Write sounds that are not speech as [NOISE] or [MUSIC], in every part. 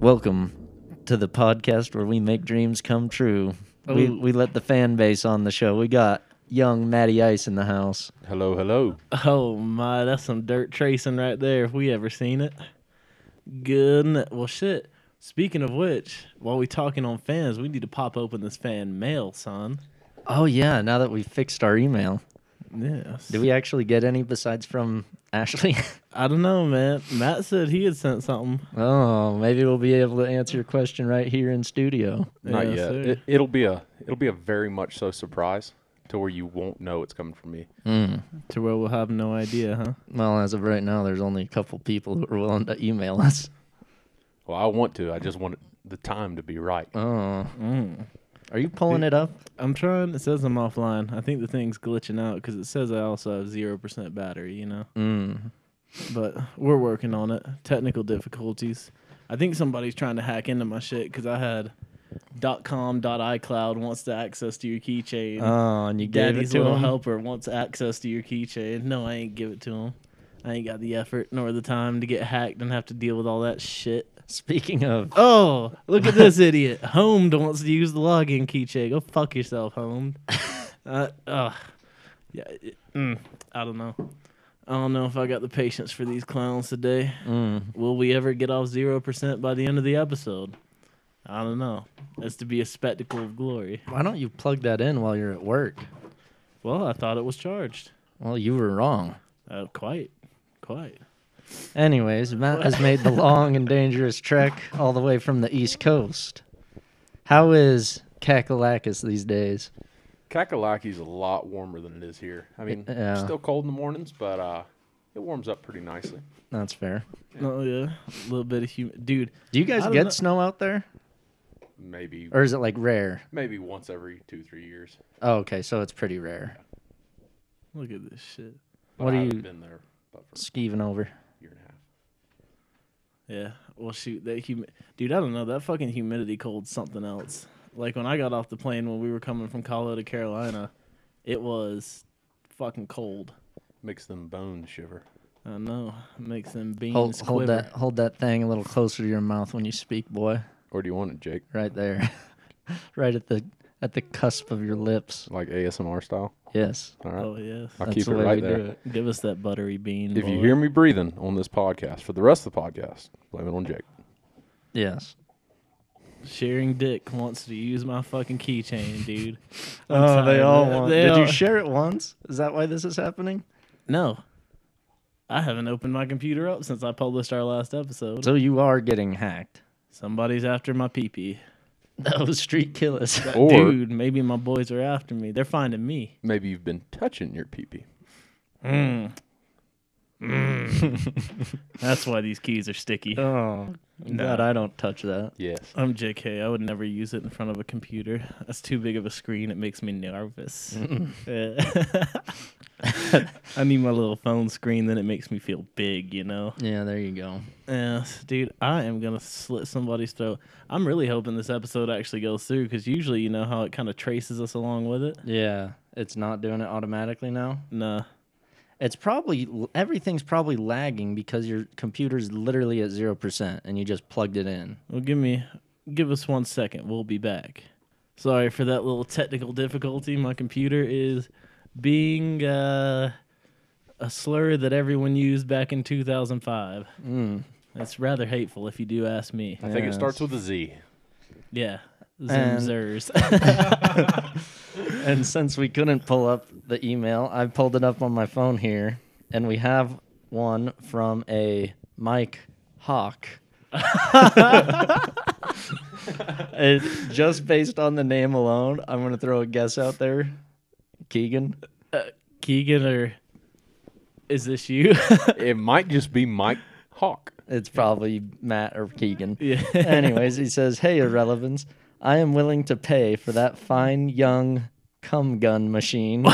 Welcome to the podcast where we make dreams come true. We, Ooh. we let the fan base on the show. We got young Matty Ice in the house. Hello, hello. Oh my, that's some dirt tracing right there. If we ever seen it. Good. n- Well, shit. Speaking of which, while we talking on fans, we need to pop open this fan mail, son. Oh, yeah. Now that we fixed our email, Yes. did we actually get any besides from Ashley? [LAUGHS] I don't know, man. Matt said he had sent something. oh, maybe we'll be able to answer your question right here in studio. Not Yes, yet. sir. It, it'll be a it'll be a very much so surprise to where you won't know it's coming from me. To where we'll have no idea, huh? Hmm. Well, as of right now, there's only a couple people who are willing to email us. Well, I want to. I just want the time to be right. Oh. Are you pulling it up? I'm trying. It says I'm offline. I think the thing's glitching out because it says I also have zero percent battery. You know. Hmm. But we're working on it. Technical difficulties. I think somebody's trying to hack into my shit because I had .com .iCloud wants the access to your keychain. Oh, and you gave Daddy's it to little him. helper wants access to your keychain. No, I ain't give it to him. I ain't got the effort nor the time to get hacked and have to deal with all that shit. Speaking of, Oh, look at this idiot. Homed wants to use the login keychain. Go fuck yourself, Homed. uh, ugh. Yeah, it- mm, I don't know. I don't know if I got the patience for these clowns today. Hmm. Mm. Will we ever get off 0% by the end of the episode? I don't know. It's to be a spectacle of glory. why don't you plug that in while you're at work? Well, I thought it was charged. Well, you were wrong. Uh, quite. Quite. Anyways, Matt has made the long and dangerous trek all the way from the East Coast. How is Kakalakis these days? Kakalaki's a lot warmer than it is here. I mean, Yeah. still cold in the mornings, but uh, it warms up pretty nicely. That's fair. Oh, yeah. A little bit of humid. Dude, Do you guys I don't get know. snow out there? Maybe Or is it like rare? maybe once every two three years. Oh, okay, so it's pretty rare. look at this shit. But What do I haven't you- Been there but for Skeeving over. a year and a half. Yeah. Well, shoot, that humi- dude. I don't know. That fucking humidity cold's something else. Like when I got off the plane when we were coming from Colorado to Carolina, it was fucking cold. Makes them bones shiver. I know. It makes them beans Hold, quiver. hold that hold that thing a little closer to your mouth when you speak, boy. Or do you want it, Jake? Right there. [LAUGHS] right at the at the cusp of your lips. Like ASMR style. Yes. All right. Oh yes. I'll That's keep the it way we right there. do it. Give us that buttery bean. If you boy. hear me breathing on this podcast for the rest of the podcast, blame it on Jake. Yes. sharing dick wants to use my fucking keychain, dude. I'm Oh, they sorry, all man. want. They Did you all- share it once? Is that why this is happening? No. I haven't opened my computer up since I published our last episode. So you are getting [LAUGHS] hacked. Somebody's after my pee pee. Those street killers. Or Dude, maybe my boys are after me. They're finding me. maybe you've been touching your pee pee. Mm. [LAUGHS] That's why these keys are sticky. [LAUGHS] Oh, God, I don't touch that. Yes. I'm JK. I would never use it in front of a computer. That's too big of a screen. It makes me [LAUGHS] nervous. Yeah. I need my little phone screen. Then it makes me feel big, you know? Yeah, there you go. Yes, dude, I am going to slit somebody's throat. I'm really hoping this episode actually goes through because usually, you know how it kind of traces us along with it? Yeah, it's not doing it automatically now. Nah. It's probably everything's probably lagging because your computer's literally at zero percent and you just plugged it in. Well, give me, give us one second. We'll be back. Sorry for that little technical difficulty. My computer is being uh, a slur that everyone used back in 2005. Mm. Hmm. That's rather hateful, if you do ask me. I think it Yes. starts with a Z. Yeah, And- zimzers. And since we couldn't pull up the email, I pulled it up on my phone here, and we have one from a Mike Hawk. and just based on the name alone, I'm gonna throw a guess out there. Keegan. [LAUGHS] Keegan, or is this you? [LAUGHS] [LAUGHS] it might just be Mike Hawk. It's probably Matt or Keegan. Yeah. [LAUGHS] Anyways, he says, "Hey, irrelevance. I am willing to pay for that fine young cum gun machine."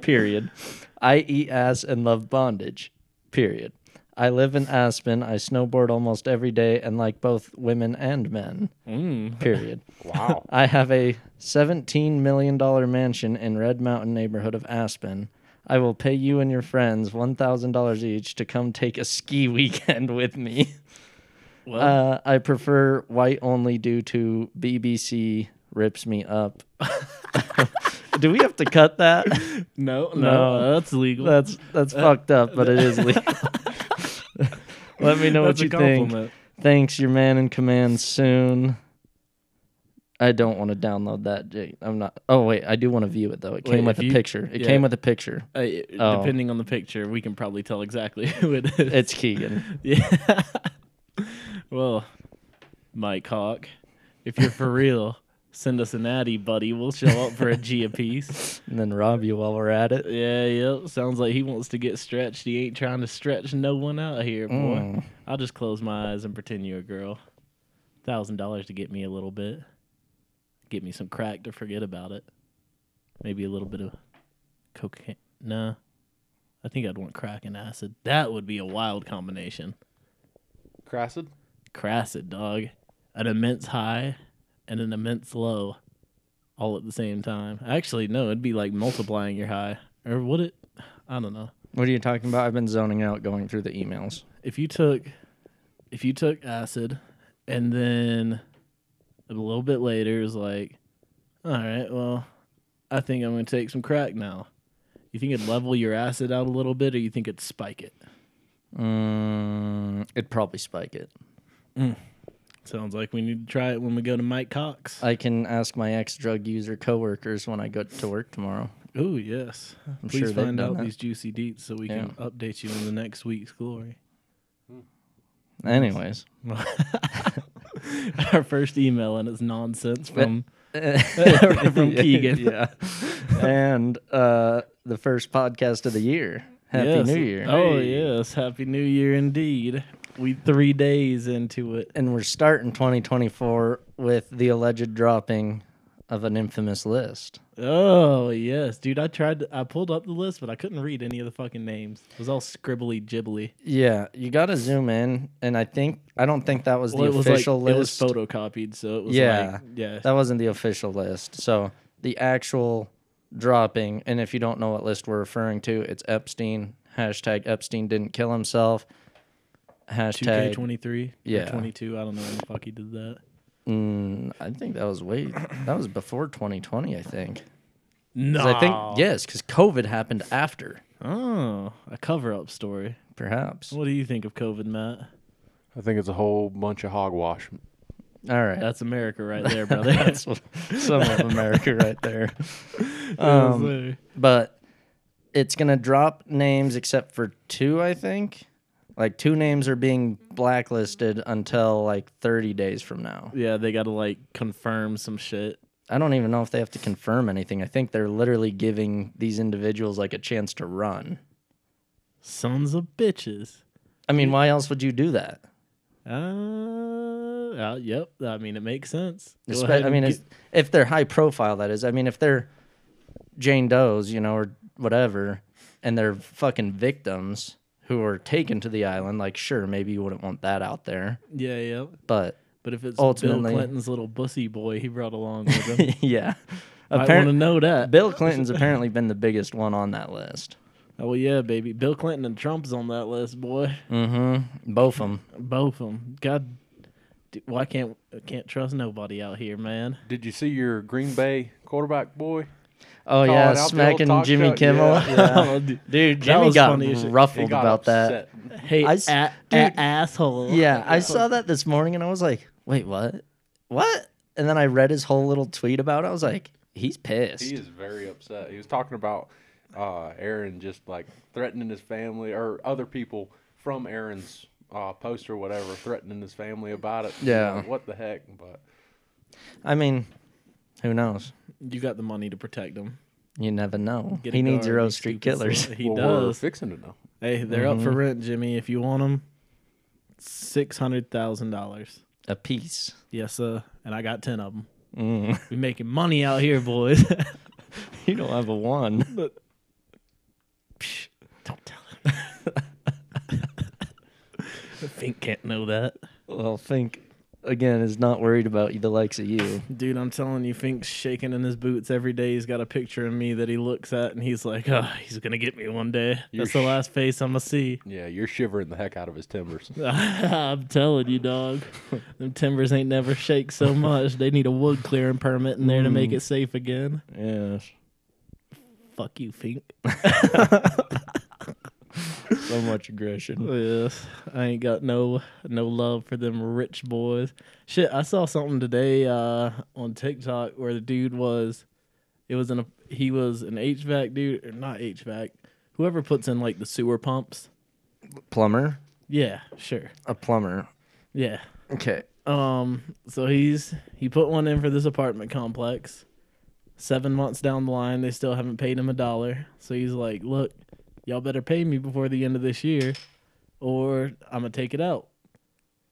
Period. I eat ass and love bondage. Period. I live in Aspen. I snowboard almost every day and like both women and men. Period. Wow. I have a $17 million mansion in Red Mountain neighborhood of Aspen. I will pay you [LAUGHS] and your friends $1,000 each to come take a ski weekend with me. Well, Uh, I prefer white only due to BBC rips me up. [LAUGHS] Do we have to cut that? no, no, no. that's legal. That's that's fucked up, but it is legal. [LAUGHS] Let me know That's what you think. Thanks, your man in command soon. I don't want to download that. Jake. I'm not. Oh wait, I do want to view it though. It came Wait, with if a you- picture. It yeah. came with a picture. Uh, it- Oh. Depending on the picture, we can probably tell exactly [LAUGHS] who it is. It's [LAUGHS] Keegan. yeah. well, Mike Hawk, if you're for real, send us an addy, buddy. We'll show up for a G apiece. and then rob you while we're at it. Yeah, yep. Sounds like he wants to get stretched. He ain't trying to stretch no one out here, boy. Mm. I'll just close my eyes and pretend you're a girl. Thousand dollars to get me a little bit. Get me some crack to forget about it. Maybe a little bit of cocaine. Nah. I think I'd want crack and acid. That would be a wild combination. Crassid? Cracid, dog. An immense high and an immense low all at the same time. Actually, no, it'd be like multiplying your high. Or would it? I don't know. What are you talking about? I've been zoning out going through the emails. if you took if you took acid and then a little bit later is like all right well i think i'm going to take some crack now you think it'd level your acid out a little bit or you think it'd spike it Mm, it'd probably spike it. sounds like we need to try it when we go to mike cox I can ask my ex drug user coworkers when I go to work tomorrow. oh yes I'm please sure they've find done out that. these juicy deets so we can update you on the next week's glory Anyways, [LAUGHS] our first email and it's nonsense from [LAUGHS] [LAUGHS] from [LAUGHS] Keegan. uh, yeah. [LAUGHS] And uh, the first podcast of the year. Happy Yes. New Year. oh yes happy new year indeed we three days into it And we're starting 2024 with the alleged dropping of an infamous list. Oh yes, dude. I tried. To, I pulled up the list, but I couldn't read any of the fucking names. It was all scribbly jibbly. Yeah, you got to zoom in, and I think I don't think that was the Well, it was like official it was list. photocopied, so it was Yeah. like yeah. That wasn't the official list. So the actual dropping, and if you don't know what list we're referring to, it's Epstein. Hashtag Epstein didn't kill himself. Two K Hashtag. twenty three, Yeah. twenty two. I don't know when the fuck he did that. Mm, I think that was way. That was before 2020, I think. 'Cause No, I think yes, because COVID happened after, Oh, a cover up story. perhaps. What do you think of COVID, Matt? I think it's a whole bunch of hogwash. All right, That's America right there, [LAUGHS] [LAUGHS] brother. that's some of America right there. Yes, sir. [LAUGHS] but it's gonna drop names except for two, I think. Like two names are being blacklisted until like 30 days from now. yeah, they got to like confirm some shit. I don't even know if they have to confirm anything. I think they're literally giving these individuals like a chance to run. Sons of bitches. I mean, why else would you do that? Uh, uh, yep. I mean, it makes sense. Go Espe- ahead I and mean, get- it's, if they're high profile, that is. I mean, if they're Jane Doe's, you know, or whatever, and they're fucking victims who are taken to the island, like, sure, maybe you wouldn't want that out there. yeah, yeah. But [LAUGHS] But if it's Ultimately. Bill Clinton's little bussy boy he brought along with him, [LAUGHS] yeah. I want to Apparently, know that. Bill Clinton's apparently been the biggest one on that list. oh well, yeah, baby. Bill Clinton and Trump's on that list, boy. Mm-hmm. Both of them. Both of them. God, d- why can't I can't trust nobody out here, man? Did you see your Green Bay quarterback boy? Oh Calling yeah, out Bill, smacking talk Jimmy shit, Kimmel. [LAUGHS] yeah. [LAUGHS] Oh, d- Dude, That Jimmy was got funny as shit. ruffled He got about that. upset. hey, I s- a- a- dude. asshole. Yeah, I saw that this morning and I was like, wait, what? What? And then I read his whole little tweet about it. I was like, he's pissed. He is very upset. He was talking about uh, Aaron just like threatening his family or other people from Aaron's uh, post or whatever, threatening his family about it. Yeah. Like, what the heck? But I mean, who knows? You got the money to protect them. You never know. Get he a needs guard, your you own street stupid son. killers. Mm-hmm. He well, We're does. fixing to know. Hey, they're up for rent, Jimmy. If you want them, six hundred thousand dollars. [LAUGHS] A piece. Yes, sir. And I got ten of them. Mm. We making money out here, [LAUGHS] boys. You don't have a [LAUGHS] one. Psh, don't tell him. Fink can't know that. Well, think again is not worried about you, the likes of you. Dude, I'm telling you, Fink's shaking in his boots every day. He's got a picture of me that he looks at and he's like, oh, he's going to get me one day. You're That's the sh- last face I'm going to see. Yeah, you're shivering the heck out of his timbers. [LAUGHS] I'm telling you, dog. Them timbers ain't never shake so much. They need a wood clearing permit in there to make it safe again. Yes, Fuck you, Fink. so much aggression. Yes, I ain't got no no love for them rich boys. Shit, I saw something today uh, on TikTok where the dude was, it was an he was an HVAC dude or not HVAC, whoever puts in like the sewer pumps. Plumber, Yeah, sure, a plumber. yeah. Okay. Um, so he's he put one in for this apartment complex. Seven months down the line, they still haven't paid him a dollar. So he's like, "Look, y'all better pay me before the end of this year, or I'm gonna take it out."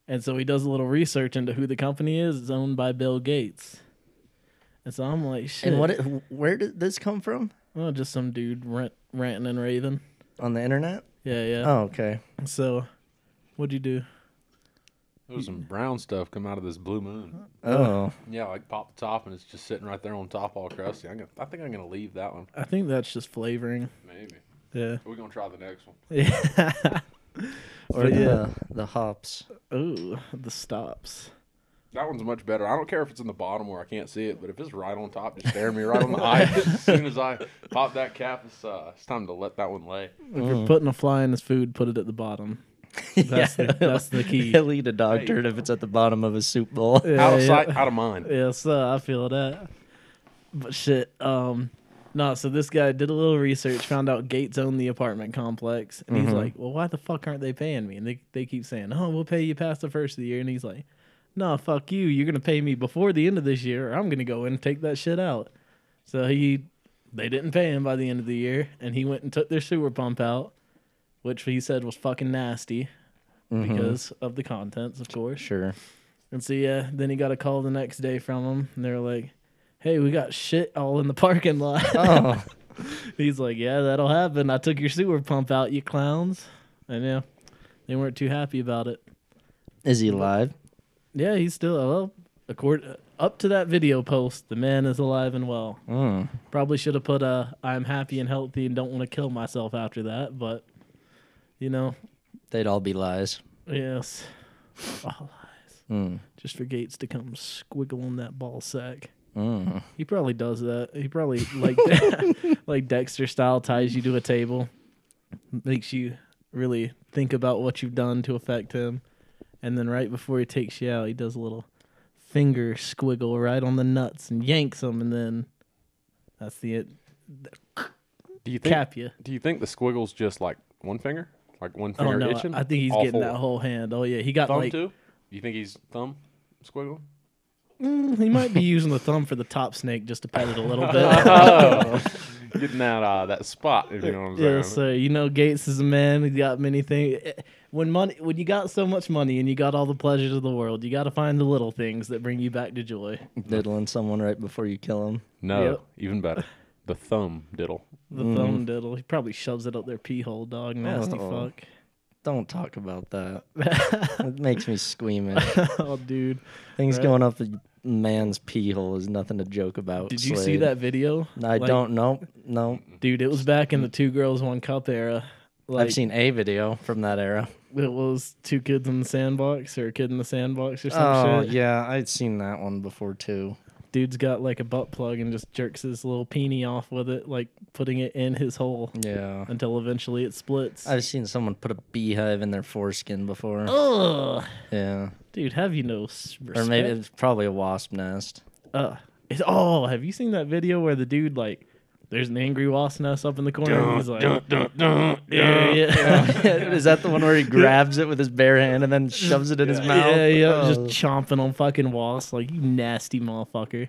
And so he does a little research into who the company is. It's owned by Bill Gates. And so I'm like, "Shit." And what? it- Where did this come from? Oh, just some dude rant, ranting and raving. On the internet? Yeah, yeah. Oh, okay. So, what'd you do? There was some brown stuff come out of this blue moon. Oh, Yeah, like pop the top and it's just sitting right there on top, all crusty. I'm gonna, I think I'm gonna leave that one. I think that's just flavoring. Maybe Yeah. [LAUGHS] we're gonna try the next one. Yeah. or But the yeah. the hops. Ooh, the stops. That one's much better. I don't care if it's in the bottom where I can't see it, but if it's right on top, just staring me right on [LAUGHS] the eye. As soon as I pop that cap, it's uh, it's time to let that one lay. If you're putting a fly in his food, put it at the bottom. [LAUGHS] That's, the, that's the [LAUGHS] key. He'll eat a dog turd if it's at the bottom of a soup bowl. Yeah, out of yeah. sight, out of mind. Yeah, so I feel that. But shit, um, no, so this guy did a little research, found out Gates owned the apartment complex, and he's like, well, why the fuck aren't they paying me? And they, they keep saying, oh, we'll pay you past the first of the year. And he's like, no, fuck you. You're going to pay me before the end of this year, or I'm going to go in and take that shit out. So he, they didn't pay him by the end of the year, and he went and took their sewer pump out, which he said was fucking nasty because of the contents, of course. [LAUGHS] Sure. And so yeah, then he got a call the next day from him, and they're like, "Hey, we got shit all in the parking lot." [LAUGHS] Oh, [LAUGHS] He's like, "Yeah, that'll happen. I took your sewer pump out, you clowns." And yeah, they weren't too happy about it. is he alive? Yeah, he's still well. Accord up to that video post, the man is alive and well. Mm. Probably should have put a "I'm happy and healthy and don't want to kill myself" after that, but you know, They'd all be lies. yes, all lies. Hmm. Mm. Just for Gates to come squiggling that ball sack. Hmm. Mm. He probably does that. He probably like [LAUGHS] like Dexter style ties you to a table, makes you really think about what you've done to affect him, and then right before he takes you out, he does a little finger squiggle right on the nuts and yanks him, and then that's the it. Do you think? Cap you. Do you think the squiggle's just like one finger, like one Oh finger no, itching? I, I think he's All getting four. that whole hand. Oh yeah, he got thumb like too. You think he's thumb [LAUGHS] squiggling? Mm, he might be using the thumb for the top snake just to pet it a little [LAUGHS] bit. Oh, [LAUGHS] getting that uh, that spot. If you know what I'm saying. [LAUGHS] Yeah, so you know Gates is a man who's got many things. When money, when you got so much money and you got all the pleasures of the world, you got to find the little things that bring you back to joy. Diddling someone right before you kill him. no, Yep. even better. The thumb diddle. The Mm. thumb diddle, he probably shoves it up their pee hole, dog. Nasty Oh. fuck. Don't talk about that. it makes me squeamish. [LAUGHS] oh, dude, Things Right. going up a man's pee hole is nothing to joke about. did you see Slade. that video? I Like, don't know. No, dude. It was back in the two girls one cup era. Like, I've seen a video from that era. it was two kids in the sandbox or a kid in the sandbox or some Oh shit. yeah, I'd seen that one before too. Dude's got like a butt plug and just jerks his little peenie off with it, like putting it in his hole. Yeah, until eventually it splits. I've seen someone put a beehive in their foreskin before. Oh. Ugh, Yeah, dude, have you no s- respect? or maybe it's probably a wasp nest. [LAUGHS] Ugh. It's- oh, have you seen that video where the dude like, there's an angry wasp nest up in the corner? and [LAUGHS] he's like, [LAUGHS] yeah, yeah, is that the one where he grabs it with his bare hand and then shoves it in his mouth? [LAUGHS] yeah, yeah, Oh. just chomping on fucking wasps like you nasty motherfucker.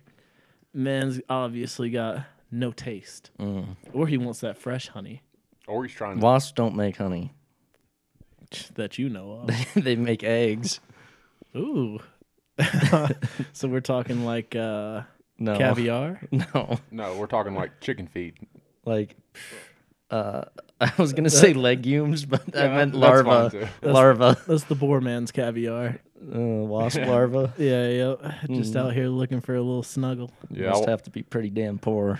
Man's obviously got no taste, Mm. or he wants that fresh honey Or he's trying. to Wasps don't make honey; [LAUGHS] that you know of. they make eggs. Ooh. [LAUGHS] so we're talking like uh, Oh. No, caviar. [LAUGHS] no, No, we're talking like chicken feed. like. Uh, [LAUGHS] I was gonna say legumes, but I Yeah, meant that's fine larva. too. [LAUGHS] Larva. That's the boar man's caviar. uh, wasp [LAUGHS] larva. Yeah, yep. Hmm. Just out here looking for a little snuggle. Yeah, Yeah, I Must wa- have to be pretty damn poor.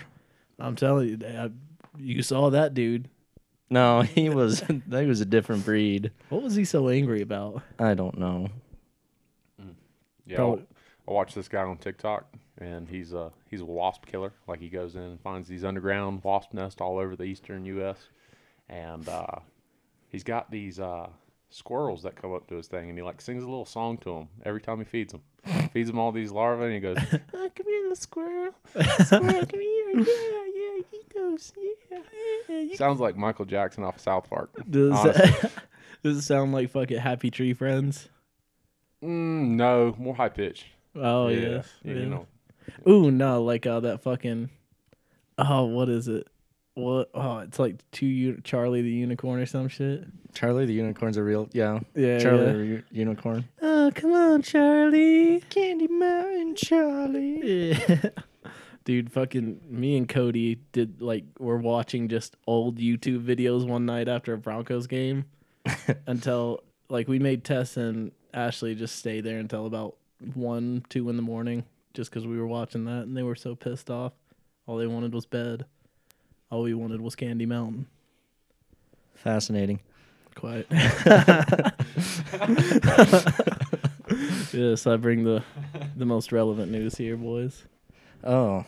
I'm telling you, I, you saw that dude. No, [LAUGHS] he was. That was a different breed. What was he so angry about? I don't know. yeah. I wa- I watched this guy on TikTok, and he's a he's a wasp killer. Like he goes in and finds these underground wasp nests all over the eastern U.S. and uh, he's got these uh, squirrels that come up to his thing, and he like sings a little song to them every time he feeds them. [LAUGHS] feeds them all these larvae, and he goes, "Ah, "Come here, little squirrel, squirrel, come here, yeah, yeah, eat those, yeah." Sounds like Michael Jackson off South Park. Does, honestly. that, [LAUGHS] does it sound like fucking Happy Tree Friends? Mm, no, more high pitched. Oh yeah, yes. you yeah. know. Ooh no, like uh, that fucking. Oh, what is it? What? Oh, it's like two u- Charlie the Unicorn or some shit. Charlie the unicorn's a real. Yeah. Yeah, Charlie yeah. the u- unicorn. Oh come on, Charlie. Candy Mountain Charlie. Yeah. [LAUGHS] Dude, fucking me and Cody did like we're watching just old YouTube videos one night after a Broncos game until like we made Tess and Ashley just stay there until about one, two in the morning just because we were watching that and they were so pissed off. All they wanted was bed. All we wanted was Candy Mountain. Fascinating. Quiet. [LAUGHS] yes, I bring the the most relevant news here, boys. Oh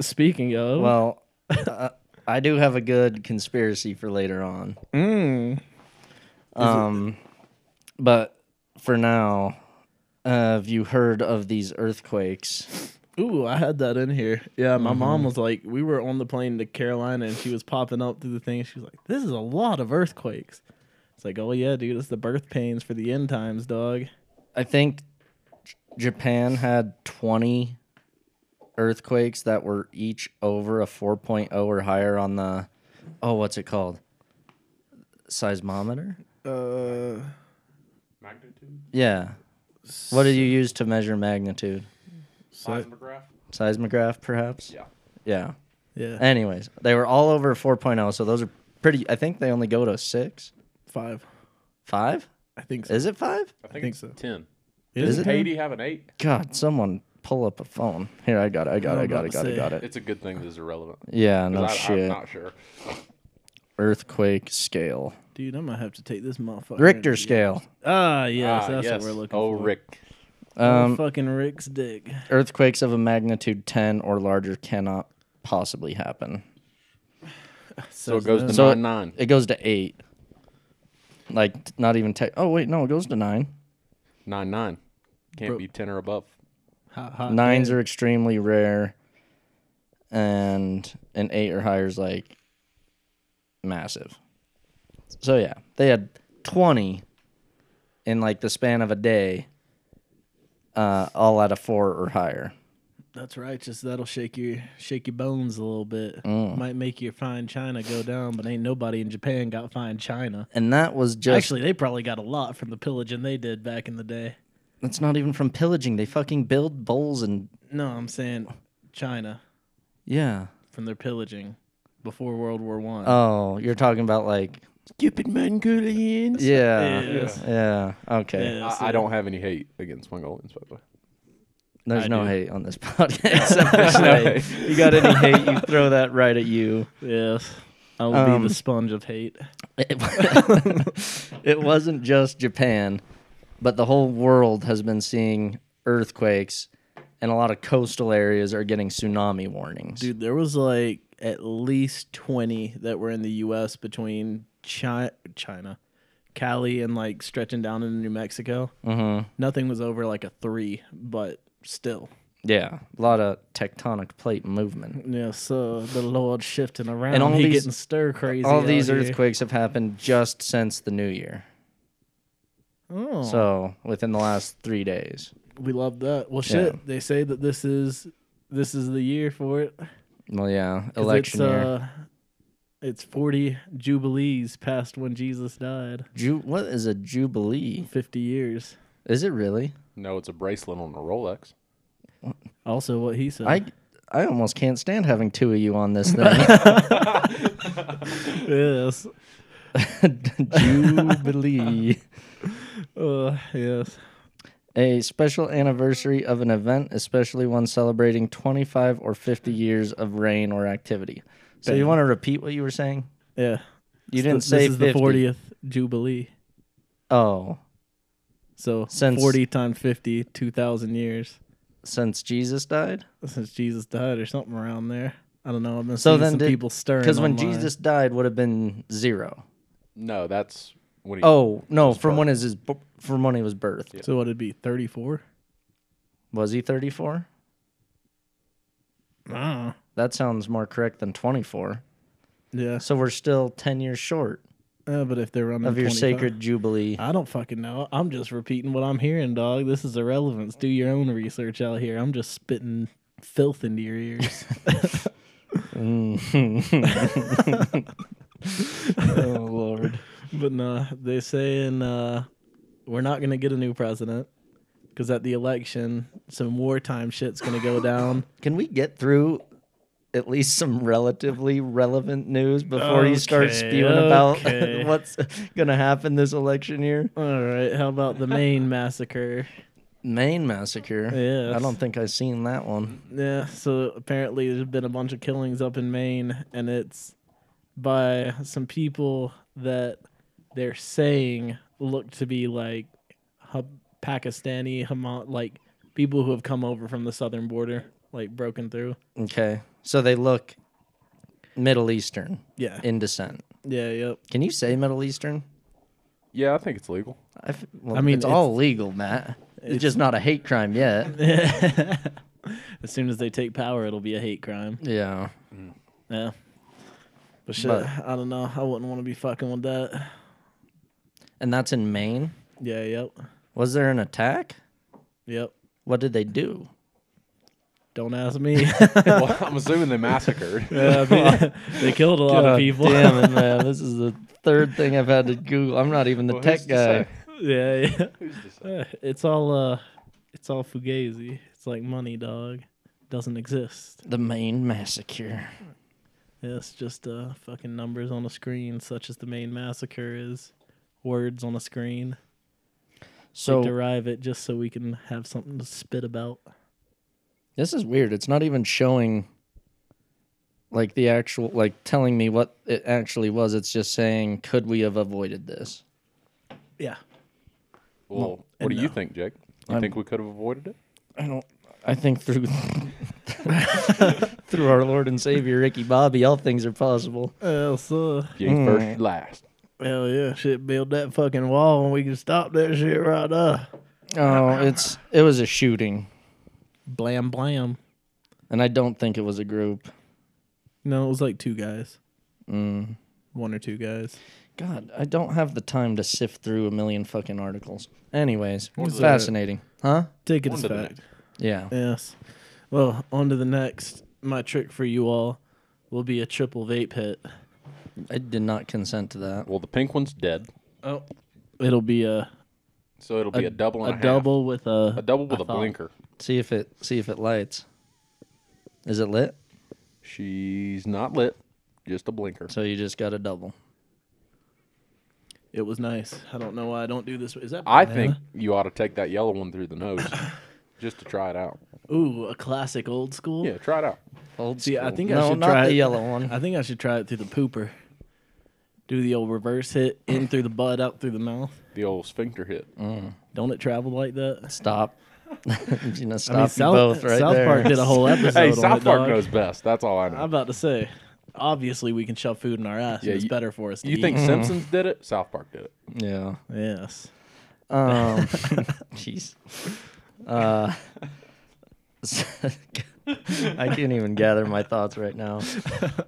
Speaking of, well, [LAUGHS] uh, I do have a good conspiracy for later on. Mm. Um, but for now, uh, have you heard of these earthquakes? Ooh, I had that in here. Yeah, my Mm-hmm. mom was like, we were on the plane to Carolina, and she was popping up through the thing. She was like, "This is a lot of earthquakes." It's like, oh yeah, dude, it's the birth pains for the end times, dog. I think J- Japan had 20 earthquakes that were each over a 4.0 or higher on the oh, what's it called? Seismometer? Uh, Magnitude, Yeah. What do you use to measure magnitude? seismograph. Seismograph perhaps? Yeah. Yeah. yeah, Anyways, they were all over 4.0, so those are pretty I think they only go to 6, five. 5? I think so. Is it 5? I think, think it's so. Ten. Is Does it? Haiti have an eight? God, someone pull up a phone. Here, I got it. I got it. I I'm got it. about Got to it. Got say. it. It's a good thing this is irrelevant. 'cause Yeah, no I, I'm shit. not sure. Earthquake scale. Dude, I'm gonna have to take this motherfucker. Richter interview. scale. Ah, yes, Ah, that's yes. what we're looking Oh, for. Rick. Oh, Um, fucking Rick's dick. earthquakes of a magnitude 10 or larger cannot possibly happen. So it Says goes no. to So- nine nine. It goes to 8. Like, t- not even 10. Oh, wait, no, it goes to 9. Nine nine. Can't Bro- be ten or above. Hot, hot Nines damn. are extremely rare. And an 8 or higher is like massive. So, yeah, they had 20 in like the span of a day, uh, all out of 4 or higher. That's righteous. That'll shake your shake your bones a little bit. Might make your fine china go down, but ain't nobody in Japan got fine china. And that was just. Actually, they probably got a lot from the pillaging they did back in the day. that's not even from pillaging. They fucking build bowls and. No, I'm saying China Yeah. from their pillaging before World War One. Oh, you're talking about like Stupid Mongolians. yeah, Yes. yeah. Okay, Yeah, so- I, I don't have any hate against Mongolians, by the way. there's I no do. hate on this [LAUGHS] podcast. except for [LAUGHS] Slade. you got any hate? You throw that right at you. Yes, I will Um, be the sponge of hate. It, it [LAUGHS] wasn't just Japan, but the whole world has been seeing earthquakes, and a lot of coastal areas are getting tsunami warnings. Dude, there was like at least 20 that were in the U.S. between Chi- China, Cali, and like stretching down into New Mexico. Mm-hmm. Nothing was over like a three, but still. Yeah, a lot of tectonic plate movement. Yeah, so the Lord shifting around. And all he these- getting stir crazy. All out these here. earthquakes have happened just since the new year. Oh, So within the last three days, we love that. Well, shit. They say that this is this is the year for it. 'cause well, yeah, election it's, year. Uh, it's forty jubilees past when Jesus died. Ju- what is a jubilee? Fifty years. Is it really? No, it's a bracelet on a Rolex. Also, what he said. I I almost can't stand having two of you on this [LAUGHS] thing. [LAUGHS] yes. jubilee. Uh, yes. A special anniversary of an event, especially one celebrating 25 or 50 years of reign or activity. So you Bam. want to repeat what you were saying? Yeah. You didn't say this is 50. the 40th jubilee. Oh, So Since- 40 times 50, 2,000 years since Jesus died? since Jesus died or something around there. I don't know. I've been So seeing then some did- people stirring. Because when online. Jesus died, would have been zero. No, that's when he. Oh no, His from birth. when is his bu- from when he was birthed? Yeah. So what would it be? 34? Was he 34? Ah. That sounds more correct than 24. Yeah. So we're still 10 years short Uh, but if they're running of your 25 sacred jubilee. [LAUGHS] [LAUGHS] I don't fucking know. I'm just repeating what I'm hearing, dog. This is irrelevance. Do your own research out here. I'm just spitting filth into your ears. [LAUGHS] oh lord. [LAUGHS] but nah, they're saying uh, we're not gonna get a new president because at the election, some wartime shit's gonna [LAUGHS] go down. Can we get through at least some relatively relevant news before you start Okay, spewing about okay. [LAUGHS] what's going to happen this election year? All right, how about the Maine massacre? Maine massacre. Yes. I don't think I've seen that one. Yeah, so apparently there's been a bunch of killings up in Maine, and it's by some people that they're saying look to be like ha- Pakistani, Hamas, like people who have come over from the southern border, like broken through. Okay. So they look Middle Eastern Yeah. in descent. yeah, yep. Can you say Middle Eastern? Yeah, I think it's legal. [LAUGHS] I, f- well, mean, it's, all legal, Matt. It's, just not a hate crime yet. as soon as they take power, it'll be a hate crime. yeah. Yeah. But shit, But- I don't know. I wouldn't want to be fucking with that. And that's in Maine. Yeah, yep. Was there an attack? Yep. What did they do? Don't ask [LAUGHS] me. [LAUGHS] well, I'm assuming they massacred. Yeah, they, they killed a lot of people. Damn [LAUGHS] it, man. This is the third thing I've had to Google. I'm not even the Well, who's tech to guy. say? Yeah, yeah. Who's to say? Uh, [LAUGHS] It's all uh, it's all fugazi. It's like money, dog. Doesn't exist. The Maine massacre. Yeah, it's just uh, fucking numbers on a screen, such as the main massacre is. Words on a screen. So So derive it just so we can have something to spit about. this is weird. It's not even showing like the actual like telling me what it actually was. It's just saying, could we have avoided this? Yeah. Well, what do you think, Jake? You think we could have avoided it? I don't I think through [LAUGHS] through our Lord and Savior Ricky Bobby, all things are possible. Hell, so. Yeah, first, last. Hell yeah. Shit, build that fucking wall and we can stop that shit right up. Oh, it's it was a shooting. Blam, blam. And I don't think it was a group. No, it was like two guys. Mm. One or two guys. God, I don't have the time to sift through a million fucking articles. Anyways, was fascinating, huh? Take it On as to the fact. next. Yeah. Yes. Well, on to the next. My trick for you all will be a triple vape hit. I did not consent to that. Well, the pink one's dead, Oh. It'll be a so it'll be a, double a and a, half. double with a A double with I a thought. blinker. See if it see if it lights. Is it lit? She's not lit, just a blinker. So you just got a double. It was nice. I don't know why I don't do this. Is that I banana? think you ought to take that yellow one through [COUGHS] the nose, just to try it out. Ooh, a classic old school. Yeah, try it out. Old See, I school. think I no, should not try the it. yellow one. I think I should try it through the pooper. Do the old reverse hit in [SIGHS] through the butt, out through the mouth. The old sphincter hit. Mm-hmm. Don't it travel like that? Stop. [LAUGHS] you know, stop I mean, you South, both right South there. Park did a whole [LAUGHS] episode. Hey, on South it, Park dog. knows best. That's all I know. I'm about to say, obviously we can shove food in our ass. Yeah, and it's you- better for us. To you eat. think Simpsons did it? South Park did it. [LAUGHS] Yeah. Yes. Um, [LAUGHS] jeez. Uh, [LAUGHS] I can't even gather my thoughts right now.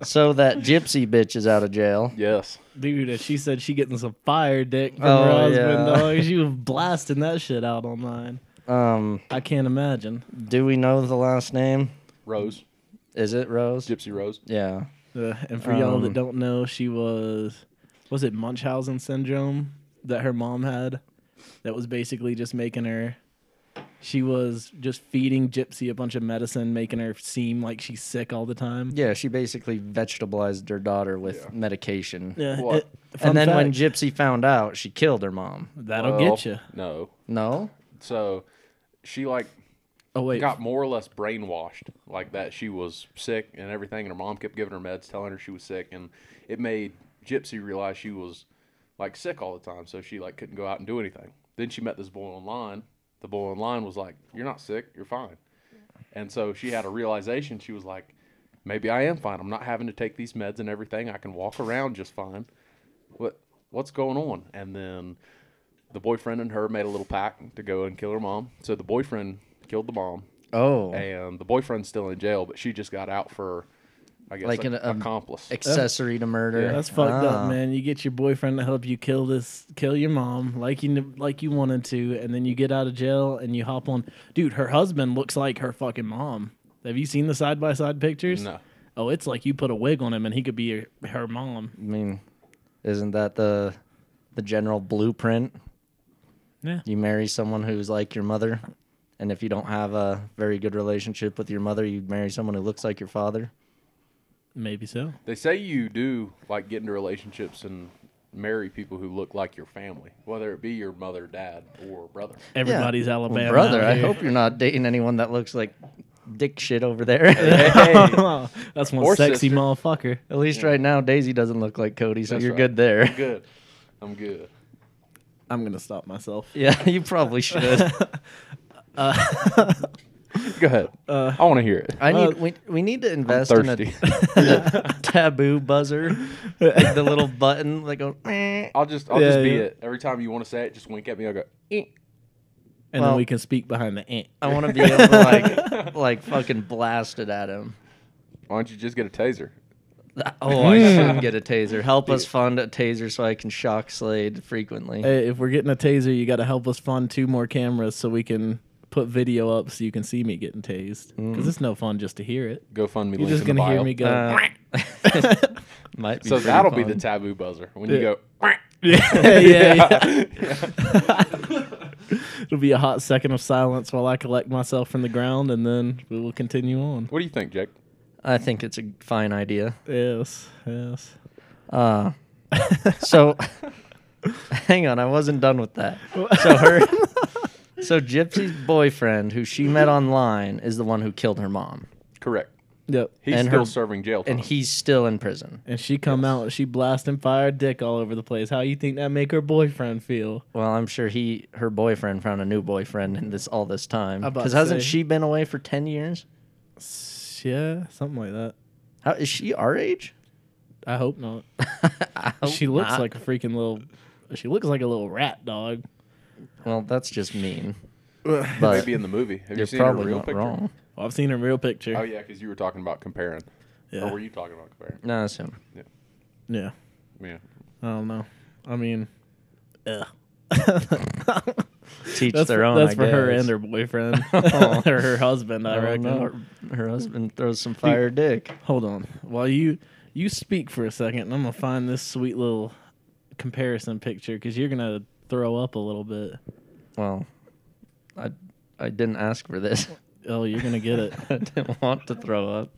So that gypsy bitch is out of jail. Yes. Dude, and she said she getting some fire dick from her Oh, husband, yeah. dog. She was blasting that shit out online. Um, I can't imagine. do we know the last name? Rose, Is it Rose? Gypsy Rose. Yeah. Uh, and for y'all that Um, don't know, she was was it Munchausen syndrome that her mom had that was basically just making her she was just feeding Gypsy a bunch of medicine, making her seem like she's sick all the time. Yeah, she basically vegetabilized her daughter with Yeah. medication. Yeah. What? it- fun And then when fact, Gypsy found out, she killed her mom. that'll Well, get you. No. No? So she like Oh wait, got more or less brainwashed like that she was sick and everything and her mom kept giving her meds telling her she was sick and it made gypsy realize she was like sick all the time so she like couldn't go out and do anything then she met this boy online the boy online was like you're not sick you're fine and so she had a realization she was like maybe i am fine i'm not having to take these meds and everything i can walk around just fine what what's going on and then the boyfriend and her made a little pact to go and kill her mom so the boyfriend killed the mom oh, and the boyfriend's still in jail, but she just got out for, I guess, Like like an, an um, accomplice. accessory to murder. That's fucked Ah. up, man. You get your boyfriend to help you kill this, kill your mom like you kn- like you wanted to, and then you get out of jail and you hop on. Dude, her husband looks like her fucking mom. Have you seen the side by side pictures? No. Oh, it's like you put a wig on him and he could be her, her mom. I mean, isn't that the the general blueprint? Yeah. You marry someone who's like your mother, and if you don't have a very good relationship with your mother, you marry someone who looks like your father. Maybe so. they say you do like get into relationships and marry people who look like your family, whether it be your mother, dad, or brother. Everybody's Well, Alabama. brother, out I here. [LAUGHS] hope you're not dating anyone that looks like dick shit over there. Hey, [LAUGHS] That's one Or sexy sister. motherfucker. At least right now, Daisy doesn't look like Cody, so That's you're right. good there. I'm good. I'm good. I'm gonna stop myself. Yeah, [LAUGHS] you probably should. [LAUGHS] Go ahead. I want to hear it. I need Uh, we, we need to I'm invest in a [LAUGHS] thirsty. taboo buzzer, like the little button that goes. "Meh." I'll just I'll Yeah, just be yeah. it. Every time you want to say it, just wink at me. I'll go. "Eh." And Well- then we can speak behind the ant. I want to be able to like like fucking blast it at him. Why don't you just get a taser? Oh, I should get a taser. Help us fund a taser so I can shock Slade frequently. Hey, if we're getting a taser, you got to help us fund two more cameras so we can put video up so you can see me getting tased. Because it's no fun just to hear it. Go fund me. You're just in gonna the hear bio. me go. Uh, [LAUGHS] might be So pretty that'll be fun. the taboo buzzer when you Yeah. go. [LAUGHS] yeah, yeah, yeah. yeah. [LAUGHS] It'll be a hot second of silence while I collect myself from the ground, and then we will continue on. What do you think, Jake? I think it's a fine idea. Yes, yes. Uh, so, [LAUGHS] hang on, I wasn't done with that. So her, so Gypsy's boyfriend, who she met online, is the one who killed her mom, Correct. [LAUGHS] Yep. He's And still her- serving jail time. and he's still in prison. And she come out and she blasting fire dick all over the place. How you think that make her boyfriend feel? Well, I'm sure he, her boyfriend, found a new boyfriend in this all this time. about Because to hasn't say. she been away for ten years? Yeah, something like that. How is she our age? I hope not. I hope [LAUGHS] she looks not. like a freaking little. She looks like a little rat dog. Well, that's just mean. But Maybe in the movie. Have you you're seen her probably real not picture? wrong. Well, I've seen her real picture. Oh yeah, because you were talking about comparing. Or yeah. Oh, were you talking about comparing? No, that's [LAUGHS] him. Yeah. Yeah. I don't know. I mean, [LAUGHS] ugh. Teach that's their for, own. that's I for her guess. and her boyfriend [LAUGHS] Oh. [LAUGHS] or her husband. I, I reckon. don't know. Her, her husband throws some fire dick. Hold on, while you you speak for a second, and I'm gonna find this sweet little comparison picture because you're gonna throw up a little bit. Well, I I didn't ask for this. [LAUGHS] Oh, you're gonna get it. I didn't want to throw up.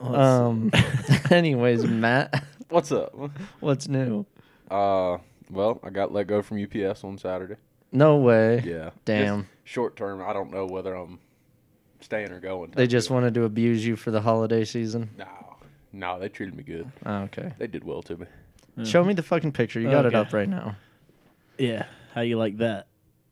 Let's- [LAUGHS] Um. [LAUGHS] anyways, Matt, [LAUGHS] What's up? what's new? Uh, well, I got let go from UPS on Saturday. No way. Yeah. Damn. Short term, I don't know whether I'm staying or going. They just wanted to abuse you for the holiday season. No, no, they treated me good. Oh, okay. They did well to me. Show me the fucking picture. You got it Okay. up right now. yeah, how you like that?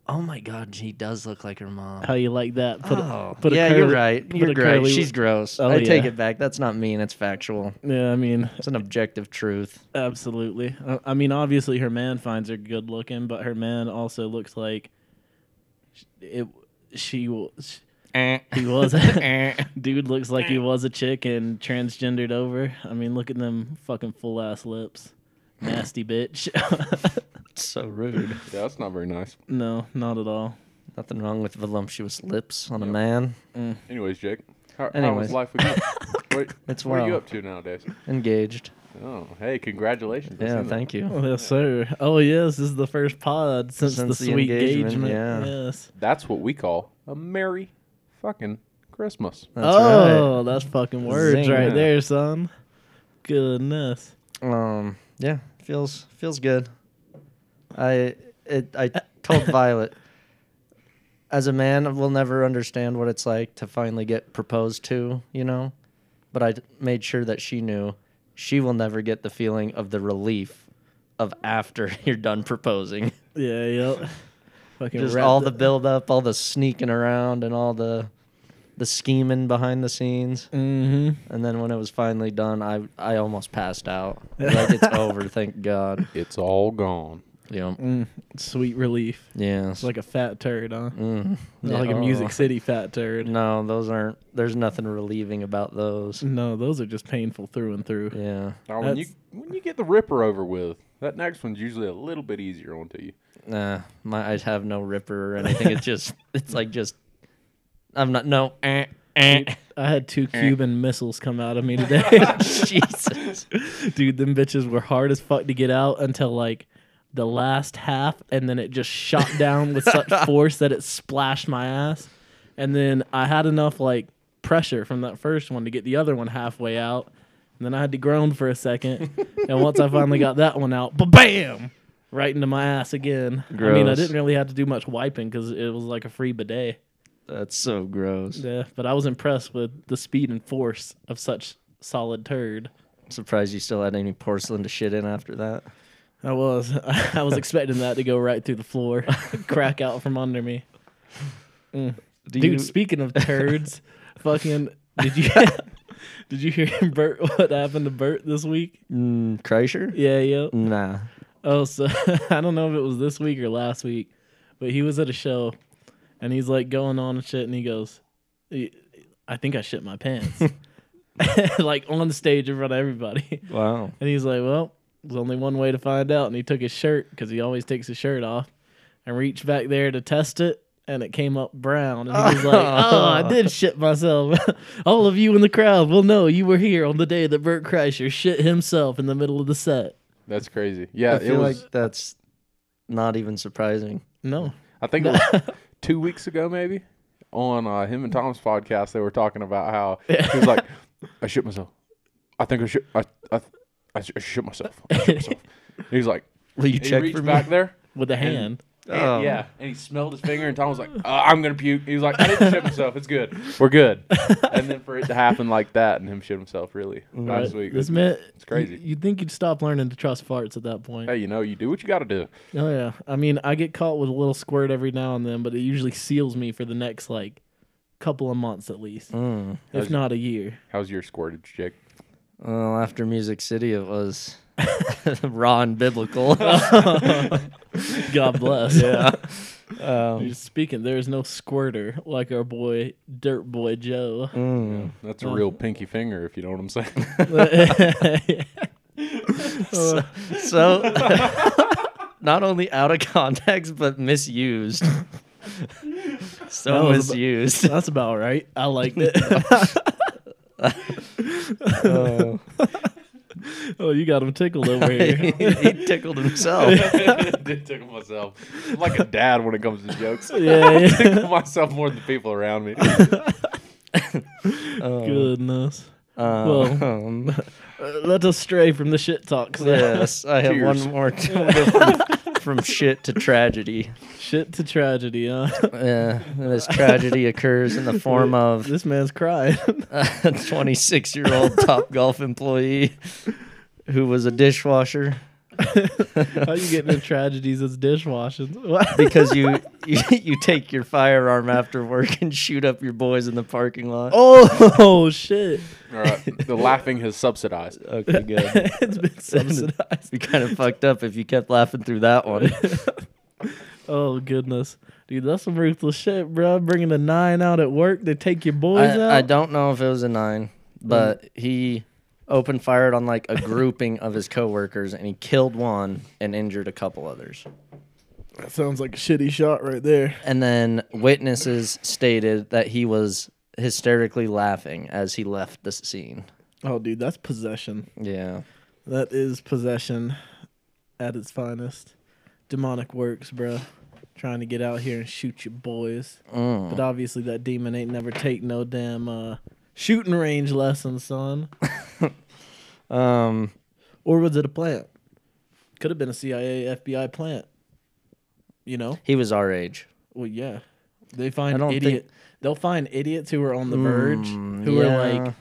Oh my god, she does look like her mom. How you like that? Put a- oh, put a yeah, you're curly- right. put You're a right. curly- She's gross. Oh, I take yeah. it back. That's not mean. It's factual. Yeah, I mean, It's [LAUGHS] an objective truth. Absolutely. I, I mean, obviously, her man finds her good looking, but her man also looks like sh- it. She was. Eh. He was. [LAUGHS] [LAUGHS] dude looks like he was a chick and transgendered over. I mean, look at them fucking full ass lips. Nasty bitch. [LAUGHS] so rude. Yeah, that's not very nice. no, not at all. [LAUGHS] Nothing wrong with voluptuous lips on a man. Anyways, Jake, how, how Anyways. was life with you? [LAUGHS] what, It's what are you well. up to nowadays? Engaged. Oh, hey, congratulations. I yeah, seen that. thank you. Oh, yes, sir. Oh, yes, this is the first pod since, Since the, the sweet engagement, engagement. yeah. Yes. That's what we call a merry fucking Christmas. That's oh, that's fucking words Zing. right there, son. Goodness. right. Um, yeah, feels feels good. I it I told Violet as a man, will never understand what it's like to finally get proposed to, you know? But I d- made sure that she knew she will never get the feeling of the relief of after [LAUGHS] you're done proposing. Yeah, yep. Fucking Just wrap all it- the build up, all the sneaking around and all the the scheming behind the scenes. Mhm. And then when it was finally done, I I almost passed [LAUGHS] out. Like it's over, thank God. It's all gone. Yep. Mm, sweet relief. Yeah. It's like a fat turd, huh? mm. Not like a Yeah. Music City fat turd. No, those aren't. There's nothing relieving about those. No, those are just painful through and through. Yeah. Now, when you That's- when you get the ripper over with, that next one's usually a little bit easier on to you. Nah. My I have no ripper or anything. It's just. [LAUGHS] It's like just. I'm not. No. Eh, eh. I had two Cuban missiles come out of me today. [LAUGHS] [LAUGHS] Jesus. Dude, them bitches were hard as fuck to get out until like the last half, and then it just shot down with such force that it splashed my ass. And then I had enough like pressure from that first one to get the other one halfway out. And then I had to groan for a second. and once I finally got that one out, ba bam! Right into my ass again. I mean, I Gross. didn't really have to do much wiping because it was like a free bidet. That's so gross. Yeah, but I was impressed with the speed and force of such solid turd. I'm surprised you still had any porcelain to shit in after that. I was. [LAUGHS] I was expecting that to go right through the [LAUGHS] floor, crack out from under me. Do Dude, you- speaking of turds, [LAUGHS] fucking did [LAUGHS] you did you hear [LAUGHS] Bert what happened to Bert this week? Mm, Kreischer? Yeah, yeah. Nah. Oh, so [LAUGHS] I don't know if it was this week or last week, but he was at a show and he's like going on and shit and he goes, I think I shit my [LAUGHS] pants. like on stage in front of everybody. Wow. And he's like, "Well, there's only one way to find out." And he took his shirt because he always takes his shirt off, and reached back there to test it, and it came up brown. And he was [LAUGHS] like, "Oh, I did shit myself." [LAUGHS] All of you in the crowd will know you were here on the day that Bert Kreischer shit himself in the middle of the set. That's crazy. Yeah, I it feel was. like that's not even surprising. No, I think it was [LAUGHS] two weeks ago, maybe, on uh, him and Tom's podcast. They were talking about how he was like, "I shit myself. I think I shit. I I, I, sh- I shit myself. I shit myself." [LAUGHS] he was like, Will you he check reached for me? back there. with a hand. and- Oh. Yeah, and he smelled his finger, and Tom was like, uh, "I'm gonna puke." He was like, "I didn't shit myself. It's good. [LAUGHS] We're good." And then for it to happen like that, and him shit himself, really last Right? week. This man, it's crazy. You, would think you'd stop learning to trust farts at that point? Hey, you know, you do what you got to do. Oh yeah, I mean, I get caught with a little squirt every now and then, but it usually seals me for the next like couple of months at least, Mm. if not a year. How's your squirtage, Jake? Well, after Music City, it [LAUGHS] was [LAUGHS] raw and biblical. Oh. God bless. [LAUGHS] yeah. Um, Just speaking, there is no squirter like our boy Dirt [LAUGHS] Boy Joe. [LAUGHS] mm. That's a real pinky finger, if you know what I'm saying. Uh, So, [LAUGHS] not only out of context, but [LAUGHS] misused. That so was a- misused. that's about right. I [LAUGHS] liked [LAUGHS] it. Oh. oh, you got him [LAUGHS] tickled over he, [LAUGHS] here. he tickled [LAUGHS] [LAUGHS] himself. Did tickle myself. I'm like a dad when it comes to jokes. [LAUGHS] yeah, yeah. [LAUGHS] tickle myself more than the people [LAUGHS] around me. Oh, Goodness. um, Well. [LAUGHS] um, Uh, let us stray from the shit talk. yes, I have Cheers. one more. To we'll go from, from shit to tragedy. [LAUGHS] shit to tragedy, huh? Yeah, this tragedy occurs in the [LAUGHS] form of this man's crying. [LAUGHS] [LAUGHS] a 26 year old Top Golf employee who was a dishwasher How [LAUGHS] you getting into tragedies as dishwashing? What? because you, [LAUGHS] you you take your firearm after work and shoot up your boys in the parking lot. [LAUGHS] Oh, [LAUGHS] shit. All right. The laughing has subsidized. Okay, [LAUGHS] good. it's been [LAUGHS] subsidized. You kind of fucked up if you kept laughing through that one. [LAUGHS] Oh goodness, dude, that's some ruthless shit, bro. Bringing the nine out at work to take your boys out. Mm. I, I don't know if it was a nine, but he opened fired on like a grouping of his coworkers and he killed one and injured a couple others. That sounds like a shitty shot right there. And then witnesses stated that he was hysterically laughing as he left the scene. Oh, dude, that's possession. Yeah. That is possession at its finest. Demonic works, bro. Trying to get out here and shoot your boys, Mm. but obviously that demon ain't never take no damn uh, shooting range lesson, son. Um, Or was it a plant? Could have been a CIA FBI plant. You know? he was our age. Well, yeah. They find I don't idiot. They'll find idiots who are on the verge, Mm, who are yeah. like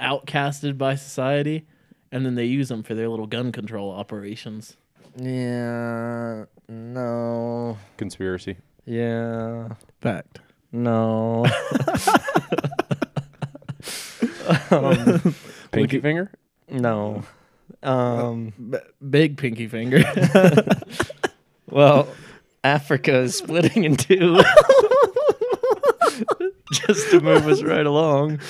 outcasted by society, and then they use them for their little gun control operations. Yeah. No. [LAUGHS] Conspiracy. Yeah. Fact. [LAUGHS] No. Pinky finger? no. Um. [LAUGHS] B- big pinky finger. [LAUGHS] Well, Africa is splitting in [LAUGHS] two. [LAUGHS] Just to move us right along.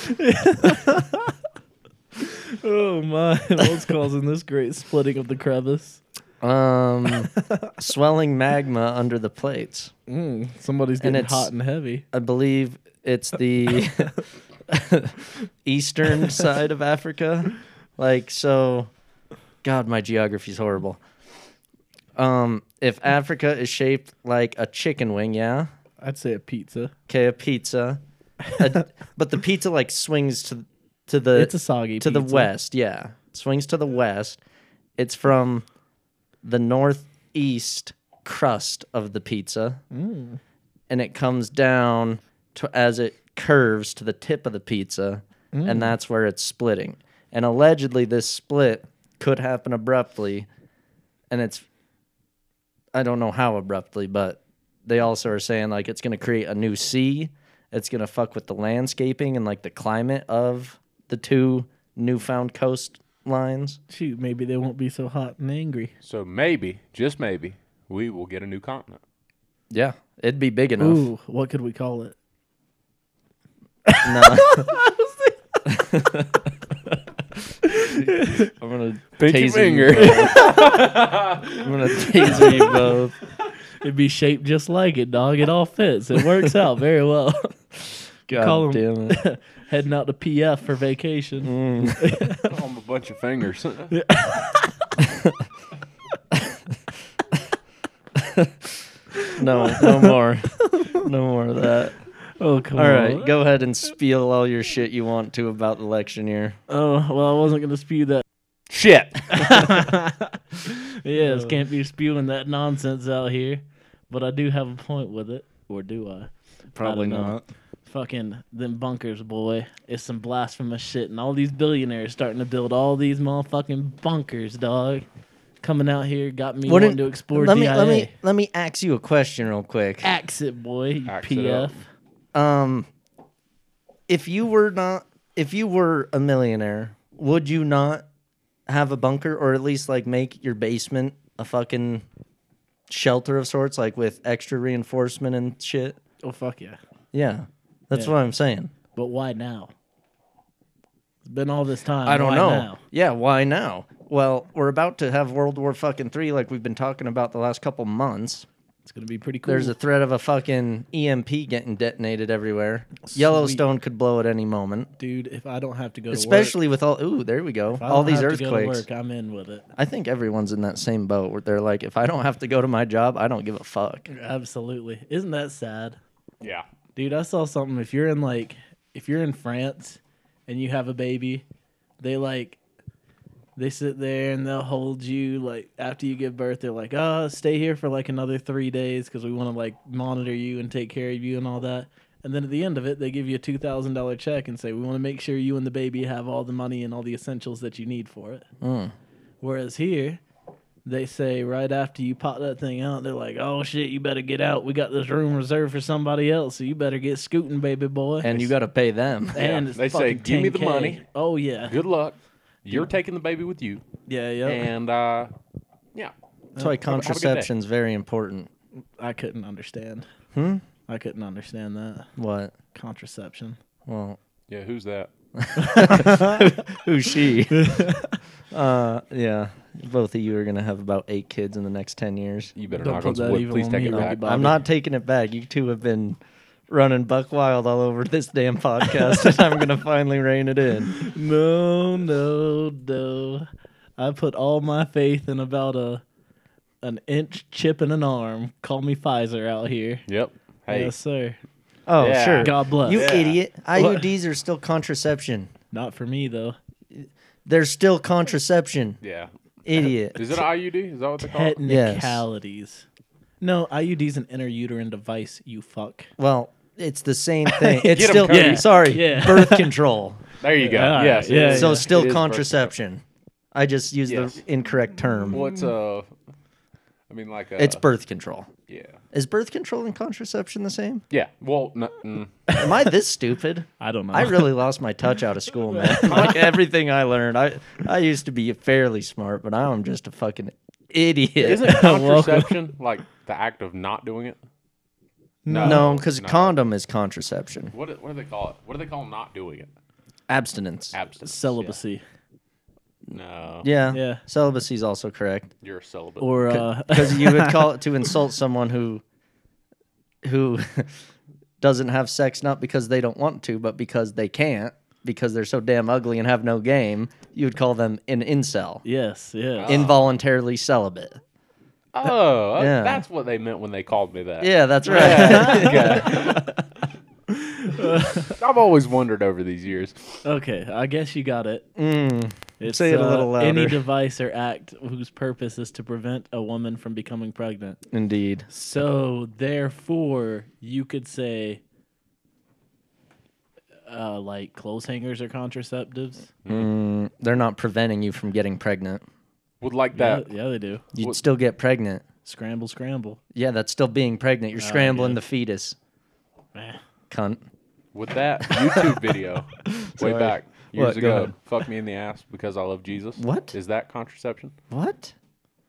oh my! [LAUGHS] What's causing this great splitting of the crevice? [LAUGHS] Um, swelling magma under the plates. Mm, somebody's And getting it's- hot and heavy. I believe it's [LAUGHS] the eastern side of Africa. Like so God, my geography's horrible. Um, if Africa is shaped like a chicken wing, yeah. I'd say a pizza. Okay, a pizza. A- but the pizza like swings to to the it's a soggy to the pizza. west, yeah. Swings to the west. It's from the northeast crust of the pizza. And it comes down to as it curves to the tip of the pizza, and that's where it's splitting. And allegedly this split could happen abruptly, and it's I don't know how abruptly, but they also are saying like it's going to create a new sea. It's going to fuck with the landscaping and like the climate of the two newfound coastlines. Shoot, maybe they won't be so hot and angry. So maybe, just maybe, we will get a new continent. Yeah, it'd be big enough. Ooh, what could we call it? No. I'm gonna Pinky taser you finger. [LAUGHS] [LAUGHS] both. I'm gonna taser you both. It'd be shaped just like it, dog. It all fits. It works out very well. [LAUGHS] God Call 'em. damn it. Heading out to PF for vacation. Mm. I'm a bunch of [LAUGHS] fingers. No, no more, no more of that. Oh, come All on. right, go ahead and spiel all your shit you want to about the election year. Oh, well, I wasn't going to spew that. Shit. Yes, can't be spewing that nonsense out here. But I do have a point with it. Or do I? Probably know. not. Fucking them bunkers, boy. It's some blasphemous shit. And all these billionaires starting to build all these motherfucking bunkers, dog. Coming out here got me Wouldn't- wanting to explore let DIA. me let me let me ask you a question real quick. Axe it, boy. You Axe it PF. up. Um, if you were not, if you were a millionaire, would you not have a bunker or at least like make your basement a fucking shelter of sorts, like with extra reinforcement and shit? Oh fuck yeah! Yeah, that's Yeah. what I'm saying. But why now? It's been all this time. I don't why know. now? Yeah, why now? Well, we're about to have World War fucking three, like we've been talking about the last couple months. It's gonna be pretty cool. There's a threat of a fucking EMP getting detonated everywhere. Yellowstone could blow at any moment, dude. If I don't have to go, to work, especially with all. Ooh, there we go. if I All don't these have to go to earthquakes. work, I'm in with it. I think everyone's in that same boat where they're like, if I don't have to go to my job, I don't give a fuck. Absolutely. Isn't that sad, Yeah. dude? I saw something. If you're in like, if you're in France and you have a baby, they like. They sit there and they'll hold you like after you give birth. They're like, "Oh, stay here for like another three days because we want to like monitor you and take care of you and all that." And then at the end of it, they give you a two thousand dollar check and say, "We want to make sure you and the baby have all the money and all the essentials that you need for it." Mm. Whereas here, they say right after you pop that thing out, they're like, "Oh shit, you better get out. We got this room reserved for somebody else, so you better get scooting, baby boy." And you got to pay them. and Yeah, it's they say, fucking "Give me the 10K." money. Oh yeah, Good luck. You're taking the baby with you. yeah, yeah. And, uh, yeah. That's why have a good day. contraception's very important. I couldn't understand. Hmm? I couldn't understand that What? contraception. Well, Yeah, who's that? who's she? uh, yeah. Both of you are going to have about eight kids in the next 10 years. You better Don't knock put on some that wood. evil Please on take me, it I'll be back. back. I'm Bobby. not taking it back. You two have been running buck wild all over this damn podcast, and I'm going to finally rein it in. No, no, no. I put all my faith in about a an inch chip in an arm. Call me Pfizer out here. Yep. Hey, Yes, sir. Oh, Yeah. sure. God bless. You Yeah. idiot. IUDs are still contraception. Not for me though. They're still contraception. yeah. Idiot. Is it an IUD? Is that what they call it? Technicalities. No, IUD's an intrauterine device, you fuck. Well, it's the [LAUGHS] same thing. It's Get 'em, still Cody. [LAUGHS] Yeah. sorry, Yeah. birth [LAUGHS] control. There you go. Yeah, all yes. right. it Yeah, is. so yeah. It still is birth contraception. I just used Yes. the incorrect term. control. What's uh? I mean, like uh, It's birth control. yeah, Is birth control and contraception the same? [LAUGHS] yeah. Well, no, mm, Am I this stupid? I don't know. I really lost my touch out of school, man. [LAUGHS] Like everything I learned, I I used to be fairly smart, but now I'm just a fucking idiot. isn't Welcome. contraception like the act of not doing it? [LAUGHS] no, because no. condom is contraception. What do- what do they call it? What do they call not doing it? Abstinence. Abstinence. yeah. celibacy No. yeah. Yeah. Celibacy is also correct You're a celibate. or uh, because you would call it to insult someone who who [LAUGHS] doesn't have sex not because they don't want to, but because they can't because they're so damn ugly and have no game. You would call them an incel, [LAUGHS] yes, yeah. involuntarily celibate. oh, Yeah. that's what they meant when they called me that. Yeah, that's right. [LAUGHS] [LAUGHS] I've always wondered over these years. Okay, I guess you got it. Mm. It's, Say it a little uh, [LAUGHS] Any louder. device or act whose purpose is to prevent a woman from becoming pregnant. Indeed. So therefore, you could say, uh, like clothes hangers are contraceptives. Mm, they're not preventing you from getting pregnant. Would like Yeah, that. yeah, they do. You'd What- still get pregnant. Scramble, scramble. Yeah, that's still being pregnant. You're scrambling yeah. the fetus. Eh. Cunt. With that [LAUGHS] YouTube video way Sorry. back years What? Go ago, ahead. fuck me in the ass because I love Jesus. What? is that contraception? What?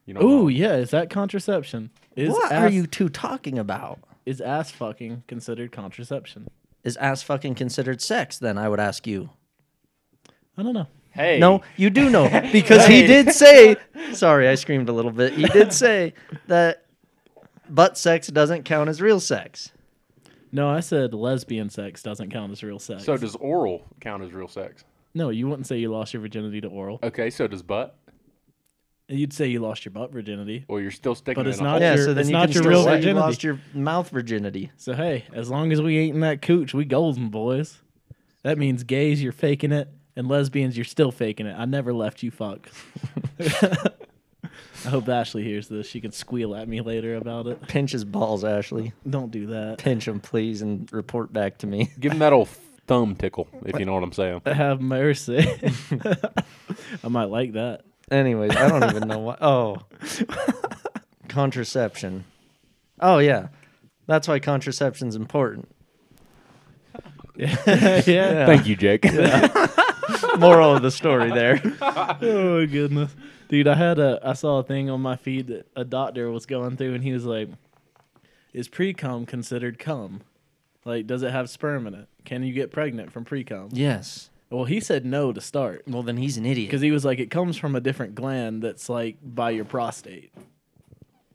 You Ooh, know, yeah. Is that contraception? Is what ass, are you two talking about? Is ass fucking considered contraception? Is ass fucking considered sex then? I would ask you. I don't know. hey, No, you do [LAUGHS] know because he [LAUGHS] did say. Sorry, I screamed a little bit. He did say that butt sex doesn't count as real sex. No, I said lesbian sex doesn't count as real sex. So does oral count as real sex? no, you wouldn't say you lost your virginity to oral. Okay, so does butt. You'd say you lost your butt virginity. Well, you're still sticking. But it it's in a not- hole. Yeah, your- so then it's you not can your still real say you virginity. lost your mouth virginity. So hey, as long as we ain't in that cooch, we golden boys. That means gays, you're faking it, and lesbians, you're still faking it. I never left you, [LAUGHS] fuck. I hope Ashley hears this. She can squeal at me later about it. Pinch his balls, Ashley. Don't do that. Pinch him, please, and report back to me. [LAUGHS] Give him that old thumb tickle, if you know what [LAUGHS] I'm saying. Have [LAUGHS] mercy. I might like that. Anyways, I don't even know [LAUGHS] why. Oh, contraception. Oh yeah, that's why contraception's important. yeah. Thank you, Jake. Moral of the [LAUGHS] story there. Oh my goodness, dude! I had a I saw a thing on my feed that a doctor was going through, and he was like, "Is pre cum considered cum? Like, does it have sperm in it? Can you get pregnant from pre cum?" Yes. Well, he said no to start Well, then he's an idiot. because he was like, "It comes from a different gland that's like by your prostate.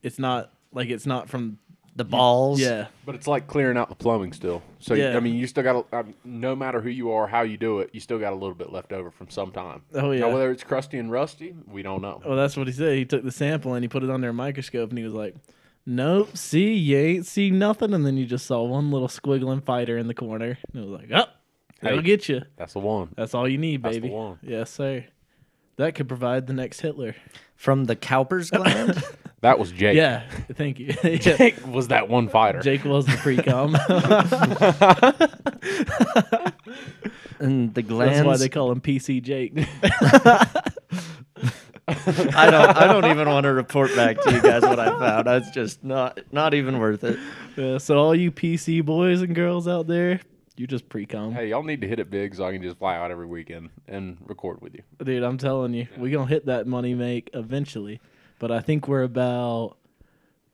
It's not like it's not from the balls. yeah." [LAUGHS] But it's like clearing out the plumbing still. So Yeah. I mean, you still got um, no matter who you are, how you do it, you still got a little bit left over from some time. Oh, yeah. Oh. Now, whether it's crusty and rusty, we don't know. Well, that's what he said. He took the sample and he put it under a microscope, and he was like. Nope, see, you ain't see nothing, and then you just saw one little squiggling fighter in the corner, and it was like, oh, Hey. That'll get you. That's the one. That's all you need, That's the baby. one. Yes, sir. That could provide the next Hitler. From the Cowper's [LAUGHS] gland. That was Jake. Yeah, thank you. [LAUGHS] Yeah. Jake, [LAUGHS] Jake was that one fighter. was the pre [LAUGHS] com. and the glands. That's why they call him PC Jake. [LAUGHS] I don't. I don't even want to report back to you guys what I found. That's just not not even worth it. Yeah, so, all you PC boys and girls out there, you just pre com. Hey, y'all need to hit it big so I can just fly out every weekend and record with you. Dude, I'm telling you, we going to hit that money make eventually. But I think we're about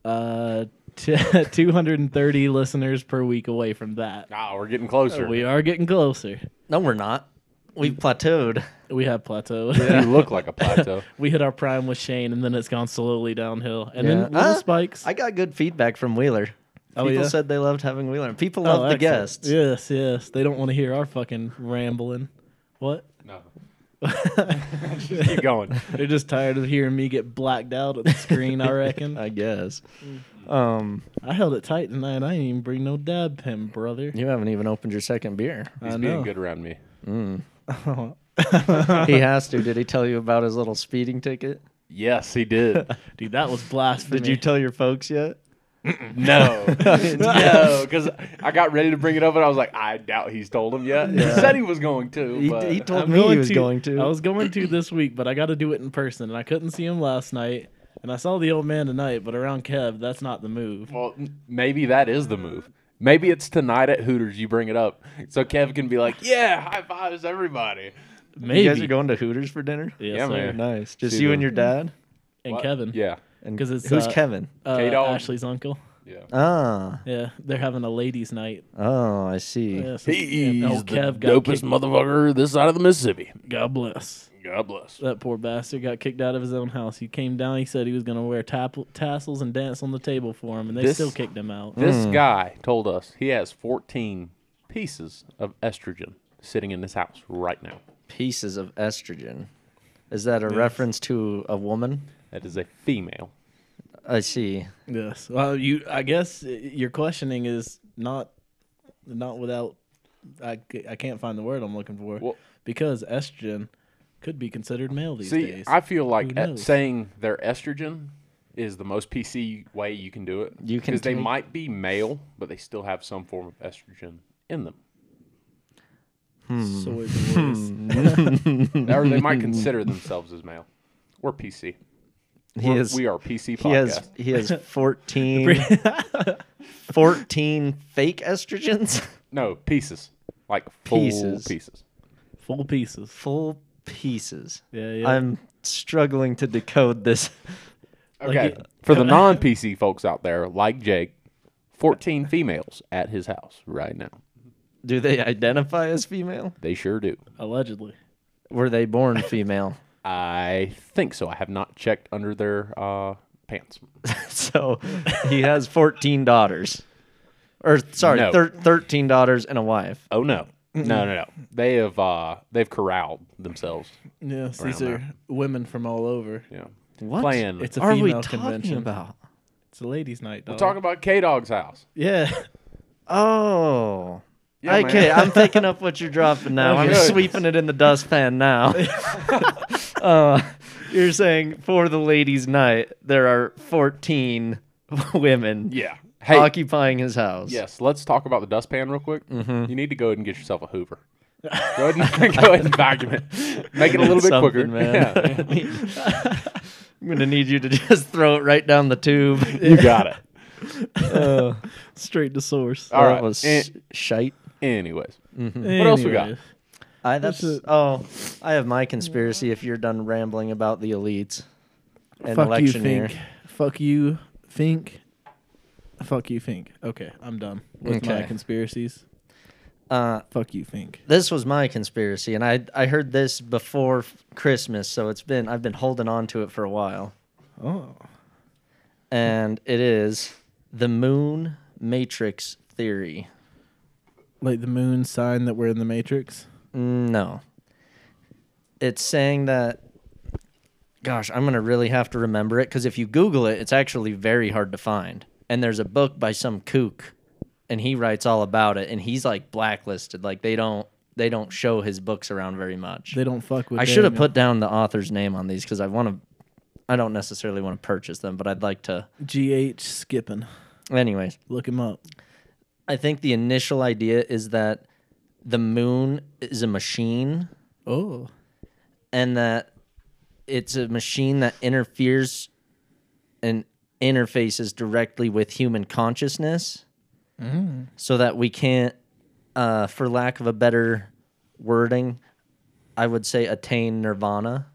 uh, [LAUGHS] t- 230 listeners per week away from that. Ah, we're getting closer. Oh, We are getting closer. No, we're not. We've plateaued. We have plateaued. [LAUGHS] You look like a plateau. [LAUGHS] we hit our prime with Shane, and then it's gone slowly downhill, and Yeah. then little Ah, spikes. I got good feedback from Wheeler. Oh, People yeah? said they loved having Wheeler. People Oh, love the excellent. guests. Yes, yes. They don't want to hear our fucking rambling. What? [LAUGHS] no. just keep going. They're just tired of hearing me get blacked out at the screen. I [LAUGHS] reckon. I, I guess. Mm. Um, held it tight tonight. I didn't even bring no dab pen, brother. you haven't even opened your second [LAUGHS] beer. He's I being know. good around me. he has to. Did he tell you about his little speeding ticket? Yes, he did. [LAUGHS] Dude, that was blasphemy. Did you tell your folks yet? No, no, because I got ready to bring it up, and I was like, I doubt he's told him yet. He said he was going to, He, but he told I'm me he was going to. I was going to this week, but I got to do it in person, and I couldn't see him last night. And I saw the old man tonight, but around Kev, that's not the move. well, m- maybe that is the move. Maybe it's tonight at Hooters. You bring it up, so Kev can be like, "Yeah, high fives everybody." Maybe. You guys are going to Hooters for dinner? Yes, Yeah, sir. man. Nice. Just See you the- and your dad. And What? Kevin. Yeah, And 'Cause it's, who's uh, Kevin? Uh, K-Dog. Ashley's uncle. yeah. Ah, Yeah, they're having a ladies' night. oh, I see. Yeah, so- He's yeah, old the Kev got dopest kicked- motherfucker this side of the Mississippi. God bless. God bless. That poor bastard got kicked out of his own house. He came down. He said he was going to wear tap- tassels and dance on the table for him, and they This- still kicked him out. This guy told us he has 14 pieces of estrogen sitting in his house right now. Pieces of estrogen. Is that a reference to a woman? That is a female. I see. Yes. Well, you. I guess uh, your questioning is not not without. I, c- I can't find the word I'm looking for Well- because estrogen could be considered male these See, days. I feel Who like e- knows? saying they're estrogen is the most PC way you can do it. You can because they take- might be male, but they still have some form of estrogen in them, Soy [LAUGHS] boys. or they might consider themselves as male. We're PC. He We're- is. we are PC podcast. he has. He [LAUGHS] has 14, [LAUGHS] 14 fake [LAUGHS] estrogens. no pieces, like full Pieces. pieces. Full pieces. Full pieces. Yeah, yeah. I'm struggling to decode this. Okay. it- For [LAUGHS] the non PC folks out there, like Jake, 14 females at his house right now. Do they identify as female? They sure do. Allegedly. Were they [LAUGHS] born female? I think so. I have not checked under their uh, pants. so he has 14 daughters. Or sorry, No. thir- 13 daughters and a wife. Oh no. No, no, no. They have uh, they've corralled themselves. Yes, these Around are women from all over. Yeah. What Playing. It's a are we female talking convention. about? It's a ladies' night, dog. [LAUGHS] Talk about K Dog's house. [LAUGHS] yeah. Oh. Yeah, man. okay, [LAUGHS] I'm picking up what you're dropping now. I'm Okay. sweeping it in the dustpan [LAUGHS] now. [LAUGHS] uh, you're saying for the ladies' night, there are 14 [LAUGHS] women Yeah. Hey. occupying his house. Yes, let's talk about the dustpan real quick. You need to go ahead and get yourself a Hoover. Go ahead and, [LAUGHS] go ahead and vacuum it. Make it a little bit Something, quicker. man. Yeah. [LAUGHS] I'm gonna need you to just throw it right down the tube. You got it. Straight to source. [LAUGHS] All that right. was Eh. shite. Anyways. [LAUGHS] What else we got? Anyways. I that's That's oh, I have my conspiracy. If you're done rambling about the elites and Fuck you, election year, Fink. Fuck you, Fink. Fuck you, Fink. Okay, I'm done with my Okay. conspiracies. uh, Fuck you, Fink. this was my conspiracy, and I I heard this before f- Christmas, so it's been I've been holding on to it for a while, Oh. and it is the moon matrix theory. Like the moon sign that we're in the Matrix? No. It's saying that gosh, I'm going to really have to remember it cuz if you google it, it's actually very hard to find. And there's a book by some kook and he writes all about it and he's like blacklisted. Like they don't they don't show his books around very much. They don't fuck with I should have Daniel. put down the author's name on these cuz I want to I don't necessarily want to purchase them, but I'd like to GH Skipping. anyways. Look him up. I think the initial idea is that the moon is a machine Oh. and that it's a machine that interferes and interfaces directly with human consciousness so that we can't uh, for lack of a better wording i would say attain nirvana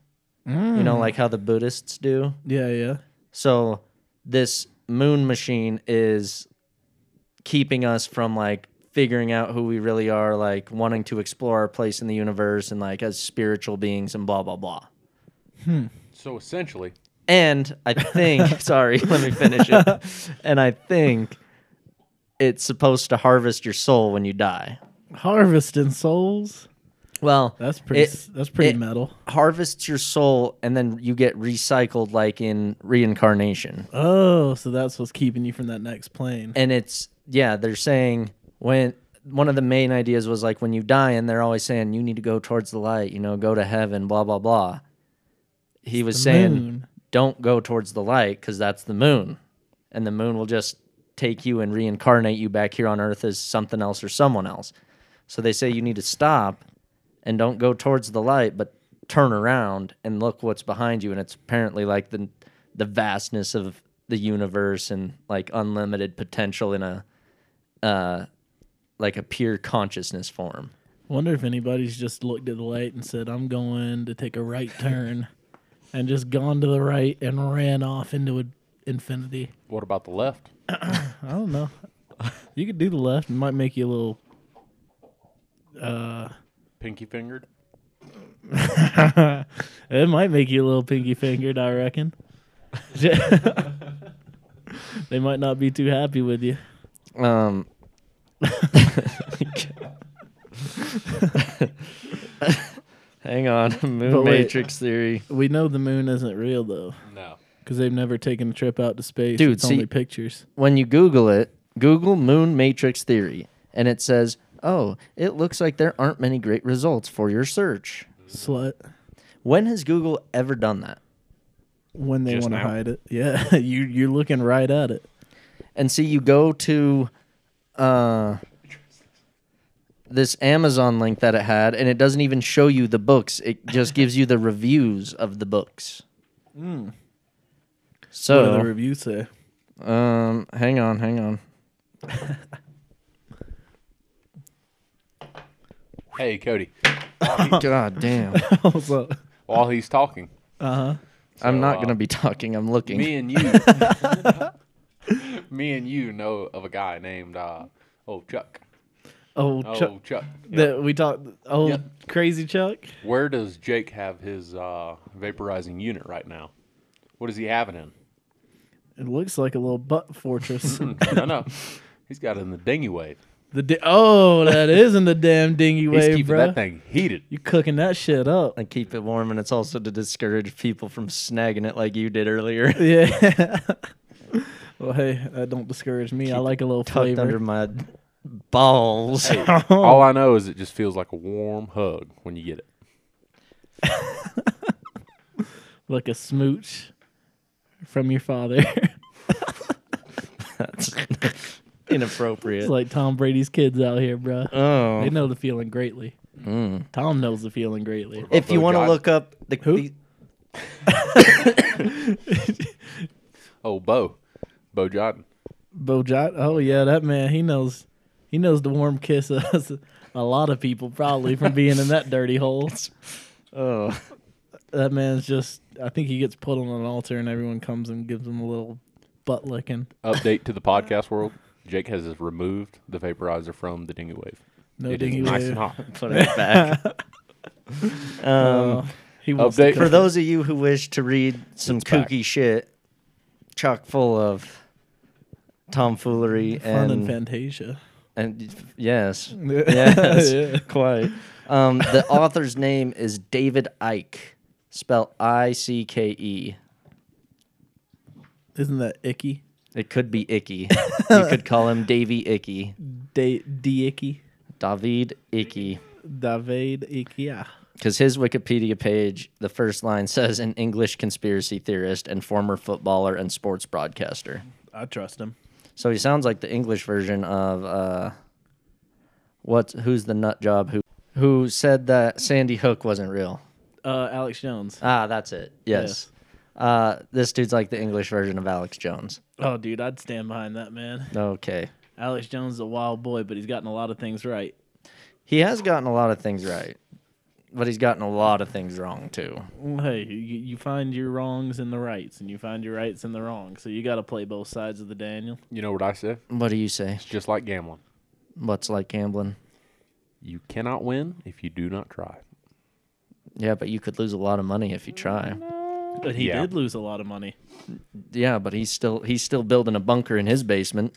you know like how the buddhists do Yeah, yeah. so this moon machine is keeping us from like figuring out who we really are, like wanting to explore our place in the universe and like as spiritual beings and blah blah blah. So essentially, And I [LAUGHS] think, sorry, let me finish it. And I think it's supposed to harvest your soul when you die. Harvesting souls. Well, That's pretty it- s that's pretty it- metal. harvests your soul and then you get recycled like in reincarnation. Oh, so that's what's keeping you from that next plane. and it's yeah they're saying when one of the main ideas was like when you die and they're always saying you need to go towards the light you know go to heaven blah blah blah he was the saying moon. don't go towards the light because that's the moon and the moon will just take you and reincarnate you back here on Earth as something else or someone else. So they say you need to stop and don't go towards the light, but turn around and look what's behind you. And it's apparently like the the vastness of the universe and like unlimited potential in a uh like a pure consciousness form. Wonder if anybody's just looked at the light and said, "I'm going to take [LAUGHS] a right turn," and just gone to the right and ran off into a infinity. What about the left? I [LAUGHS] don't know. You could do the left; it might make you a little. Uh, Pinky fingered? it might make you a little pinky fingered. I reckon. [LAUGHS] they might not be too happy with you. Um [LAUGHS] Hang on, [LAUGHS] But Moon wait. Matrix theory. We know the moon isn't real though, No. because they've never taken a trip out to space. Dude, it's see- only pictures. When you Google it, Google Moon Matrix theory, and it says, "Oh, it looks like there aren't many great results for your search." Slut. When has Google ever done that? When they Just want to now? hide it, yeah. [LAUGHS] you you're looking right at it. and see you go to uh this Amazon link that it had and it doesn't even show you the books. It just gives you the reviews of the books. Hmm. What do the So reviews [LAUGHS] say? um hang on, hang [COUGHS] on. Hey, Cody. God damn. What's up? While he's talking, Uh huh. I'm not uh, gonna be talking, I'm looking. me and you, me and you [LAUGHS] know of a guy named uh, oh Chuck. Oh, Oh Chuck. Chuck. Yep. That we talked. Oh, Yep. crazy Chuck. Where does Jake have his uh, vaporizing unit right now? What does he have it in? It looks like a little butt [LAUGHS] fortress. no, no, he's got it in the dinghy wave. the di- oh, that isn't the damn dinghy He's wave, keeping bro. that thing heated. You cooking that shit up? I keep it warm and it's also to discourage people from snagging it like you did [LAUGHS] earlier. Yeah. [LAUGHS] well, hey, that don't discourage me. I Keep like a little Tucked flavor. under my balls. All I know is it just feels like a warm hug when you get it. like a smooch from your father. [LAUGHS] [LAUGHS] That's [LAUGHS] it's inappropriate. like Tom Brady's kids out here, bro. oh. They know the feeling greatly. Mm. Tom knows the feeling greatly. If you Oh, want to God. look up the, Who? the Oh, Bo, Bo Jordan. Bojot, oh yeah, that man, he knows, he knows the warm kiss [LAUGHS] of us- a lot of people probably from being in that dirty [LAUGHS] hole. oh, [LAUGHS] That man's just, I think he gets put on an altar and everyone comes and gives him a little butt licking. Update to the podcast world: Jake has removed the vaporizer from the dinghy wave. No It is dinghy nice wave. and hot. put it back. [LAUGHS] um, [LAUGHS] Uh, he wants Update to for cook those of you who wish to read some It's back. kooky shit, chock full of tomfoolery it. and fun [LAUGHS] and Fantasia. and [LAUGHS] yes, yes, quite. Um, the author's name is David Ike, spelled I C K E. Isn't that icky? It could be Icky. you could call him Davy Icky, Da- Dicky, David Icky. David Icky. yeah. because his Wikipedia page, the first line says an English conspiracy theorist and former footballer and sports broadcaster. I trust him. So he sounds like the English version of uh, what's who's the nut job who who said that Sandy Hook wasn't real. Uh, Alex Jones. Ah, that's it. Yes. Uh, this dude's like the English version of Alex Jones. Oh, dude, I'd stand behind that man. Okay. Alex Jones is a wild boy, but he's gotten a lot of things right. He has gotten a lot of things right, but he's gotten a lot of things wrong too. Well, hey, you, you find your wrongs in the rights, and you find your rights in the wrongs. So you got to play both sides of the Daniel. You know what I say? What do you say? It's just like gambling. What's like gambling? You cannot win if you do not try. Yeah, but you could lose a lot of money if you try. But he Yeah. did lose a lot of money. Yeah, but he's still he's still building a bunker in his basement.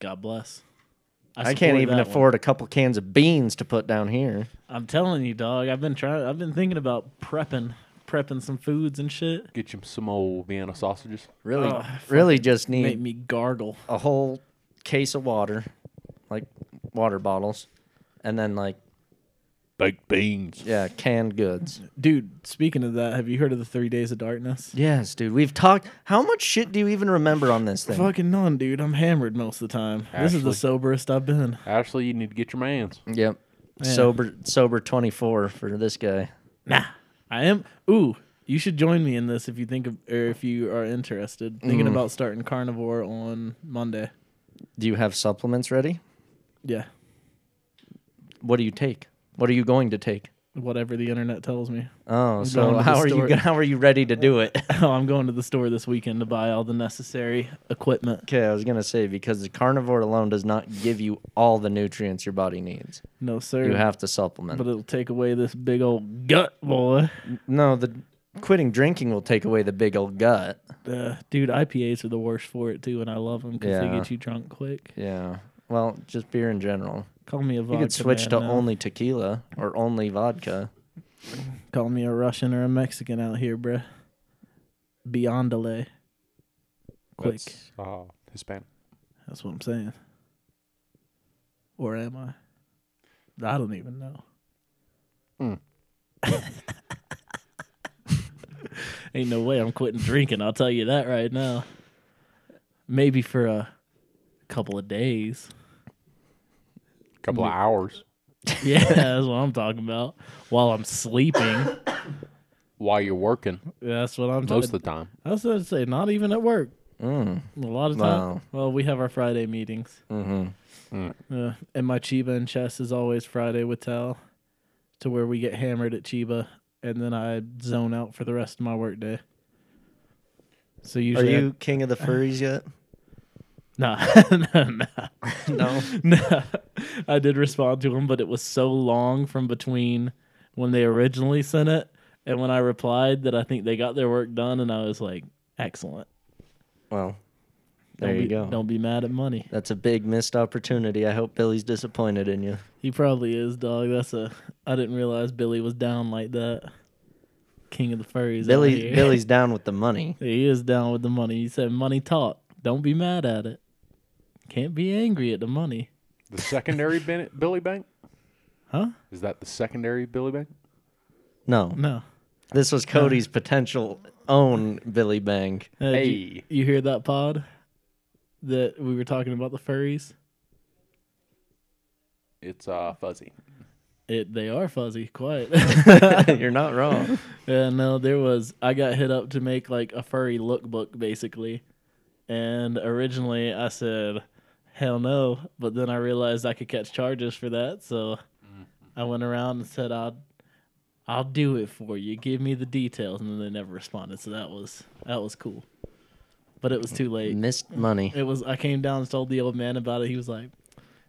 God bless. I, can't support even that one. afford a couple cans of beans to put down here. I'm telling you, dog. I've been trying. I've been thinking about prepping, prepping some foods and shit. Get you some old Vienna sausages. Really, Ugh, really just Make need me gargle. a whole case of water, like water bottles, and then like baked beans. Yeah, canned goods. Dude, speaking of that, have you heard of the Three Days of Darkness? Yes, dude. We've talked. How much shit do you even remember on this thing? Fucking none, dude. I'm hammered most of the time. This is the Ashley. soberest I've been. Ashley, you need to get your man's. Yep. Yeah. Sober, sober twenty four for this guy. Nah, I am. Ooh, you should join me in this if you think of, or if you are interested. Thinking Mm. about starting carnivore on Monday. Do you have supplements ready? Yeah, What do you take? What are you going to take? whatever the internet tells me. [LAUGHS] Oh, going so to the how are you? store. go- How are you ready to do [LAUGHS] it? Oh, I'm going to the store this weekend to buy all the necessary equipment. Okay, I was gonna say because the carnivore alone does not give you all the nutrients your body needs. No sir, You have to supplement. but it'll take away this big old gut, boy. no, the quitting drinking will take away the big old gut. Uh, dude, IPAs are the worst for it too, and I love them because they Yeah. get you drunk quick. Yeah. Well, just beer in general. Call me a vodka. you could switch man to now. only tequila or only vodka. Call me a Russian or a Mexican out here, bruh. Beyond delay. Quick. That's, That's, uh, Hispanic. what I'm saying. Or am I? I don't even know. Mm. [LAUGHS] Ain't no way I'm quitting drinking. I'll tell you that right now. Maybe for a couple of days. [LAUGHS] couple of hours Yeah, that's what I'm talking about. While I'm sleeping. [LAUGHS] while you're working That's what I'm most of talking the time. I was going to say, not even at work. Mm. A lot of time. Wow. Well, we have our Friday meetings. Mm-hmm. Uh, and my Chiba and chess is always Friday with Tal, to where we get hammered at Chiba, and then I zone out for the rest of my work day. So Are usually, I- you king of the furries yet? [LAUGHS] nah, [LAUGHS] nah, nah, [LAUGHS] no. nah. [LAUGHS] I did respond to him, but it was so long from between when they originally sent it and when I replied that I think they got their work done, and I was like, excellent. Well, there don't you be, go. Don't be mad at money. That's a big missed opportunity. I hope Billy's disappointed in you. He probably is, dog. That's a. I didn't realize Billy was down like that. King of the furries. out Billy here. [LAUGHS] Billy's down with the money. He is down with the money. He said, "Money talk. Don't be mad at it. Can't be angry at the money, The secondary ben- Billy Bank? huh? Is that the secondary Billy Bank? No. No. This was Cody's potential own Billy Bang. Uh, did You, Hey. you hear that pod? That we were talking about the furries. It's uh, fuzzy. It. They are fuzzy. Quiet. [LAUGHS] [LAUGHS] You're not wrong. Yeah, no, there was. I got hit up to make like a furry lookbook, basically. And originally I said, hell no. But then I realized I could catch charges for that. So I went around and said, I'll, I'll do it for you. Give me the details. And then they never responded. So that was, that was cool. But it was too late. Missed money. It was. I came down and told the old man about it. He was like,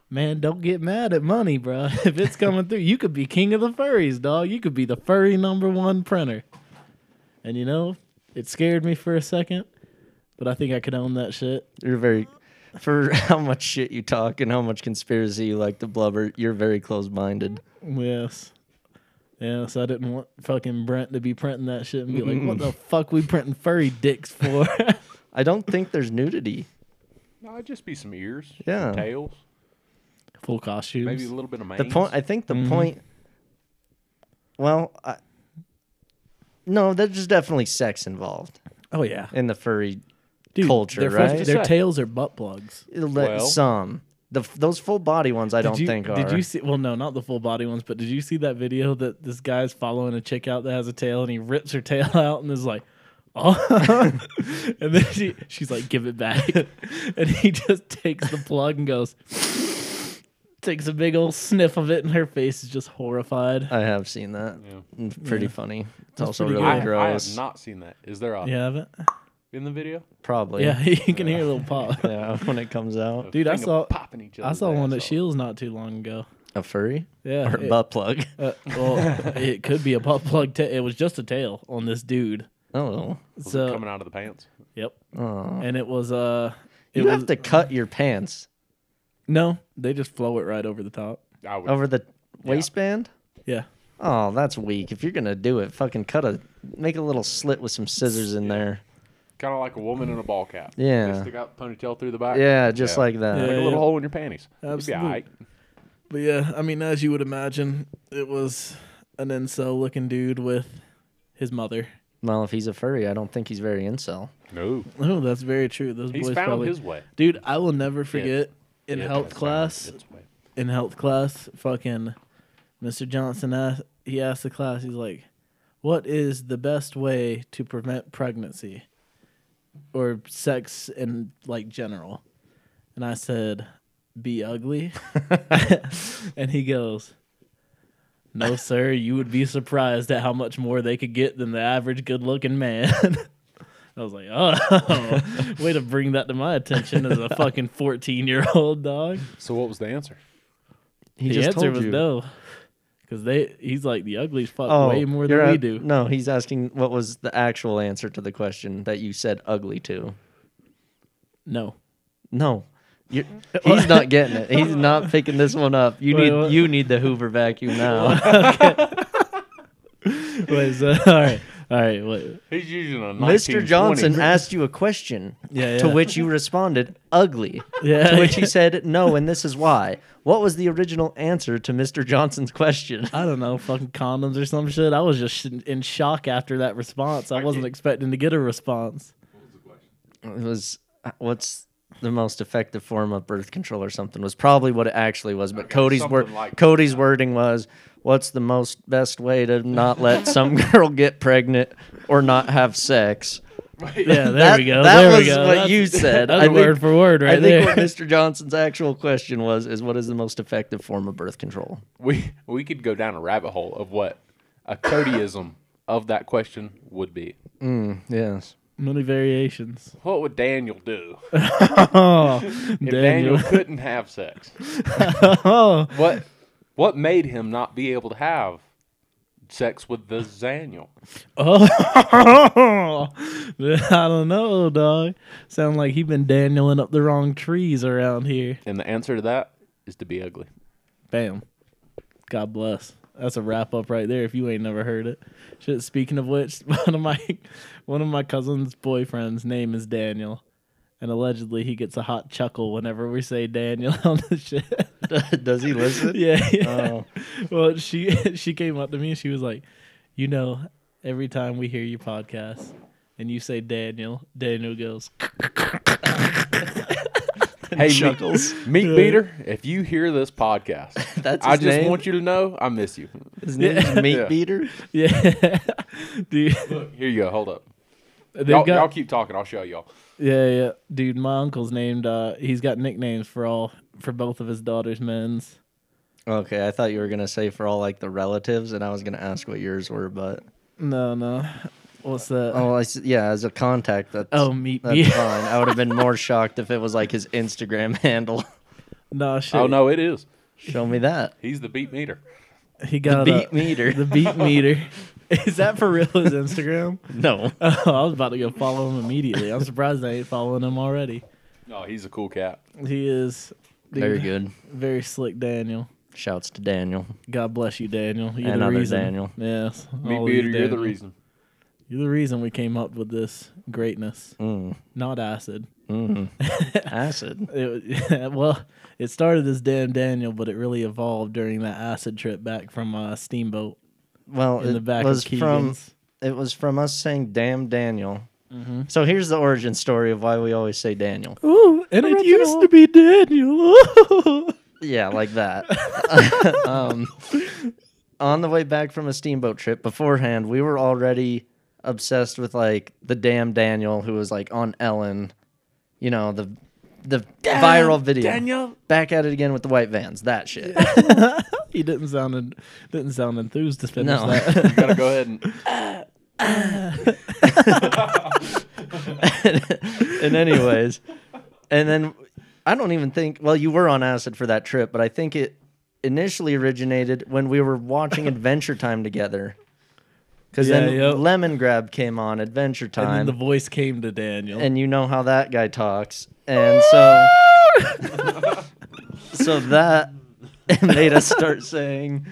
"Man, don't get mad at money, bro. [LAUGHS] If it's coming through, you could be king of the furries, dog. You could be the furry number one printer." And you know, it scared me for a second, but I think I could own that shit. You're very for [LAUGHS] how much shit you talk and how much conspiracy you like to blubber, you're very close minded. Yes. Yes, I didn't want fucking Brent to be printing that shit and be like, [LAUGHS] "What the fuck, we printing furry dicks for?" [LAUGHS] I don't think there's nudity. No, it'd just be some ears, Yeah. some tails, Full costumes. maybe a little bit of mane. The point I think the point Well, I, no, there's definitely sex involved oh yeah, in the furry Dude, culture, their fucking- right? Their tails are butt plugs. It'll let- Well- some. The, f- those full body ones I Did don't you- think are. Did you see? Well, no, not the full body ones, but did you see that video that this guy's following a chick out that has a tail and he rips her tail [LAUGHS] out and is like, oh, [LAUGHS] and then she she's like, give it back, [LAUGHS] and he just takes the plug and goes, takes a big old sniff of it, and her face is just horrified. I have seen that. Yeah. It's Pretty funny. It's also pretty really I, I gross. have not seen that. Is there a you have it? in the video? Probably. Yeah, [LAUGHS] you can hear a little pop. [LAUGHS] Yeah, when it comes [LAUGHS] out. Dude, I Finger saw- popping each I saw one at that Shields not too long ago. A furry? Yeah, Or a it- butt plug. uh, well, it could be a butt plug. Ta- it was just a tail on this dude. Oh. so coming out of the pants. yep, oh. and it was uh, it You was have to cut your pants No, they just flow it right over the top. I would. over the waistband? Yeah. Oh, that's weak. If you're going to do it, fucking cut a make a little slit with some scissors in there. Kind of like a woman in a ball cap. Yeah. Just stick out the ponytail through the back. Yeah, just Yeah. like that. Like Yeah. a little hole in your panties. You'd be Absolute. all right. But yeah, I mean, as you would imagine, it was an incel looking dude with his mother. [LAUGHS] Well, if he's a furry, I don't think he's very incel. No, Oh, that's very true. Those he's boys found probably. his way. Dude, I will never forget in Yeah, health it's found class. its way. in health class, fucking Mr. Johnson asked, he asked the class, he's like, "What is the best way to prevent pregnancy or sex in like general?" And I said, "Be ugly." and he goes, "No, sir, you would be surprised at how much more they could get than the average good-looking man." [LAUGHS] I was like, "Oh, [LAUGHS] way to bring that to my attention as a fucking 14-year-old dog." So what was the answer? He the just answer told was you. no, because they he's like the uglies fuck Oh, way more you're than we a- do. No, he's asking what was the actual answer to the question that you said ugly to. No, No. [LAUGHS] You're, he's not getting it. He's not picking this one up. You Wait, need what? you need the Hoover vacuum [LAUGHS] now. wait, so, [LAUGHS] all right, all right, wait. He's using a Mr. Johnson [LAUGHS] 1920s. asked you a question Yeah, to yeah. which you responded ugly. [LAUGHS] Yeah, To which he said no, and this is why. What was the original answer to Mr. Johnson's question? [LAUGHS] I don't know, fucking condoms or some shit. I was just sh- in shock after that response. I wasn't expecting to get [LAUGHS] a response. [LAUGHS] It was uh, what's the most effective form of birth control or something was probably what it actually was. But Cody's word, something like that, Cody's wording was, "What's the most best way to not let some [LAUGHS] girl get pregnant or not have sex?" Yeah, there That- we go. That there was we go. what That's- [LAUGHS] you said. That's I think, word for word I right think there. what Mr. Johnson's actual question was is what is the most effective form of birth control? we we could go down a rabbit hole of what a codyism of that question would be. Yes. [LAUGHS] Many variations. What would Daniel do Oh, if Daniel. Daniel couldn't have sex? oh, What what made him not be able to have sex with the Daniel? Oh, [LAUGHS] I don't know, dog. Sound like he been Danieling up the wrong trees around here. And the answer to that is to be ugly. Bam. God bless. That's a wrap up right there. If you ain't never heard it, shit. Speaking of which, [LAUGHS] one of my one of my cousin's boyfriend's name is Daniel, and allegedly he gets a hot chuckle whenever we say Daniel [LAUGHS] on the [LAUGHS] shit. Does he listen? yeah. [LAUGHS] yeah. Oh. Well, she [LAUGHS] she came up to me and she was like, "You know, every time we hear your podcast and you say Daniel, Daniel goes, [LAUGHS] Hey, chuckles. Meat, meat Beater, if you hear this podcast, That's I his just name? want you to know I miss you. His name is Meat Yeah. Beater. "Yeah, [LAUGHS] dude." Here you go. Hold up. They've Y'all, got- y'all keep talking. I'll show y'all. Yeah, yeah, dude. My uncle's named. uh He's got nicknames for all for both of his daughters' men's. Okay, I thought you were gonna say for all like the relatives, and I was gonna ask what yours were, but No, no. What's that? oh, I s yeah, as a contact, that's Oh, meat that's beer. [LAUGHS] fine. I would have [LAUGHS] been more shocked if it was like his Instagram [LAUGHS] handle. no shit. Oh, no, it is. Show me that He's the beat meter. He got beat a- [LAUGHS] meter. the beat meter. Is that for real? His Instagram? [LAUGHS] no, [LAUGHS] oh, I was about to go follow him immediately. I'm surprised I ain't following him already. No, he's a cool cat. He is dude, very good. Very slick, Daniel. Shouts to Daniel. God bless you, Daniel. You're And the other reason. Daniel. Yes. all Meat of Beater, you you're the Daniel. reason. You're the reason we came up with this greatness, Mm, not acid. [LAUGHS] mm. Acid. It, [LAUGHS] wa- well, it started as Dan Daniel, but it really evolved during that acid trip back from uh, Steamboat Well, in it the back was of from Keegan's. it was from us saying "Damn Daniel." So here's the origin story of why we always say Daniel. Ooh, and it used to be Daniel. Yeah, like that. um, on the way back from a steamboat trip beforehand, we were already obsessed with like the damn Daniel who was like on Ellen, you know, the the [LAUGHS] viral video. Daniel. Back at it again with the white vans, that shit. he didn't sound en- didn't sound enthused to finish No. [LAUGHS] that. You gotta go ahead and [LAUGHS] and anyways, and then I don't even think. Well, you were on acid for that trip, but I think it initially originated when we were [LAUGHS] watching Adventure Time together. Because then Yeah, yep. Lemon Grab came on Adventure Time, And then the voice came to Daniel. and you know how that guy talks, and so [LAUGHS] so that [LAUGHS] made us start [LAUGHS] saying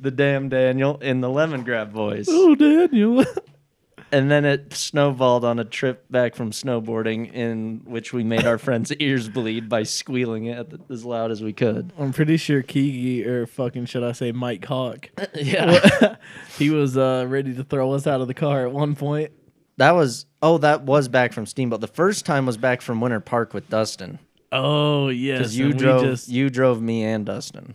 the damn Daniel in the Lemon Grab voice. oh, Daniel. and then it snowballed on a trip back from snowboarding, in which we made our [LAUGHS] friend's ears bleed by squealing it at the, as loud as we could. I'm pretty sure Kiki or fucking should I say [LAUGHS] Mike Hawk, Yeah, he was uh, ready to throw us out of the car at one point. that was. Oh, that was back from Steamboat. The first time was back from Winter Park with Dustin Oh yes, because you and we drove. just- You drove me and Dustin,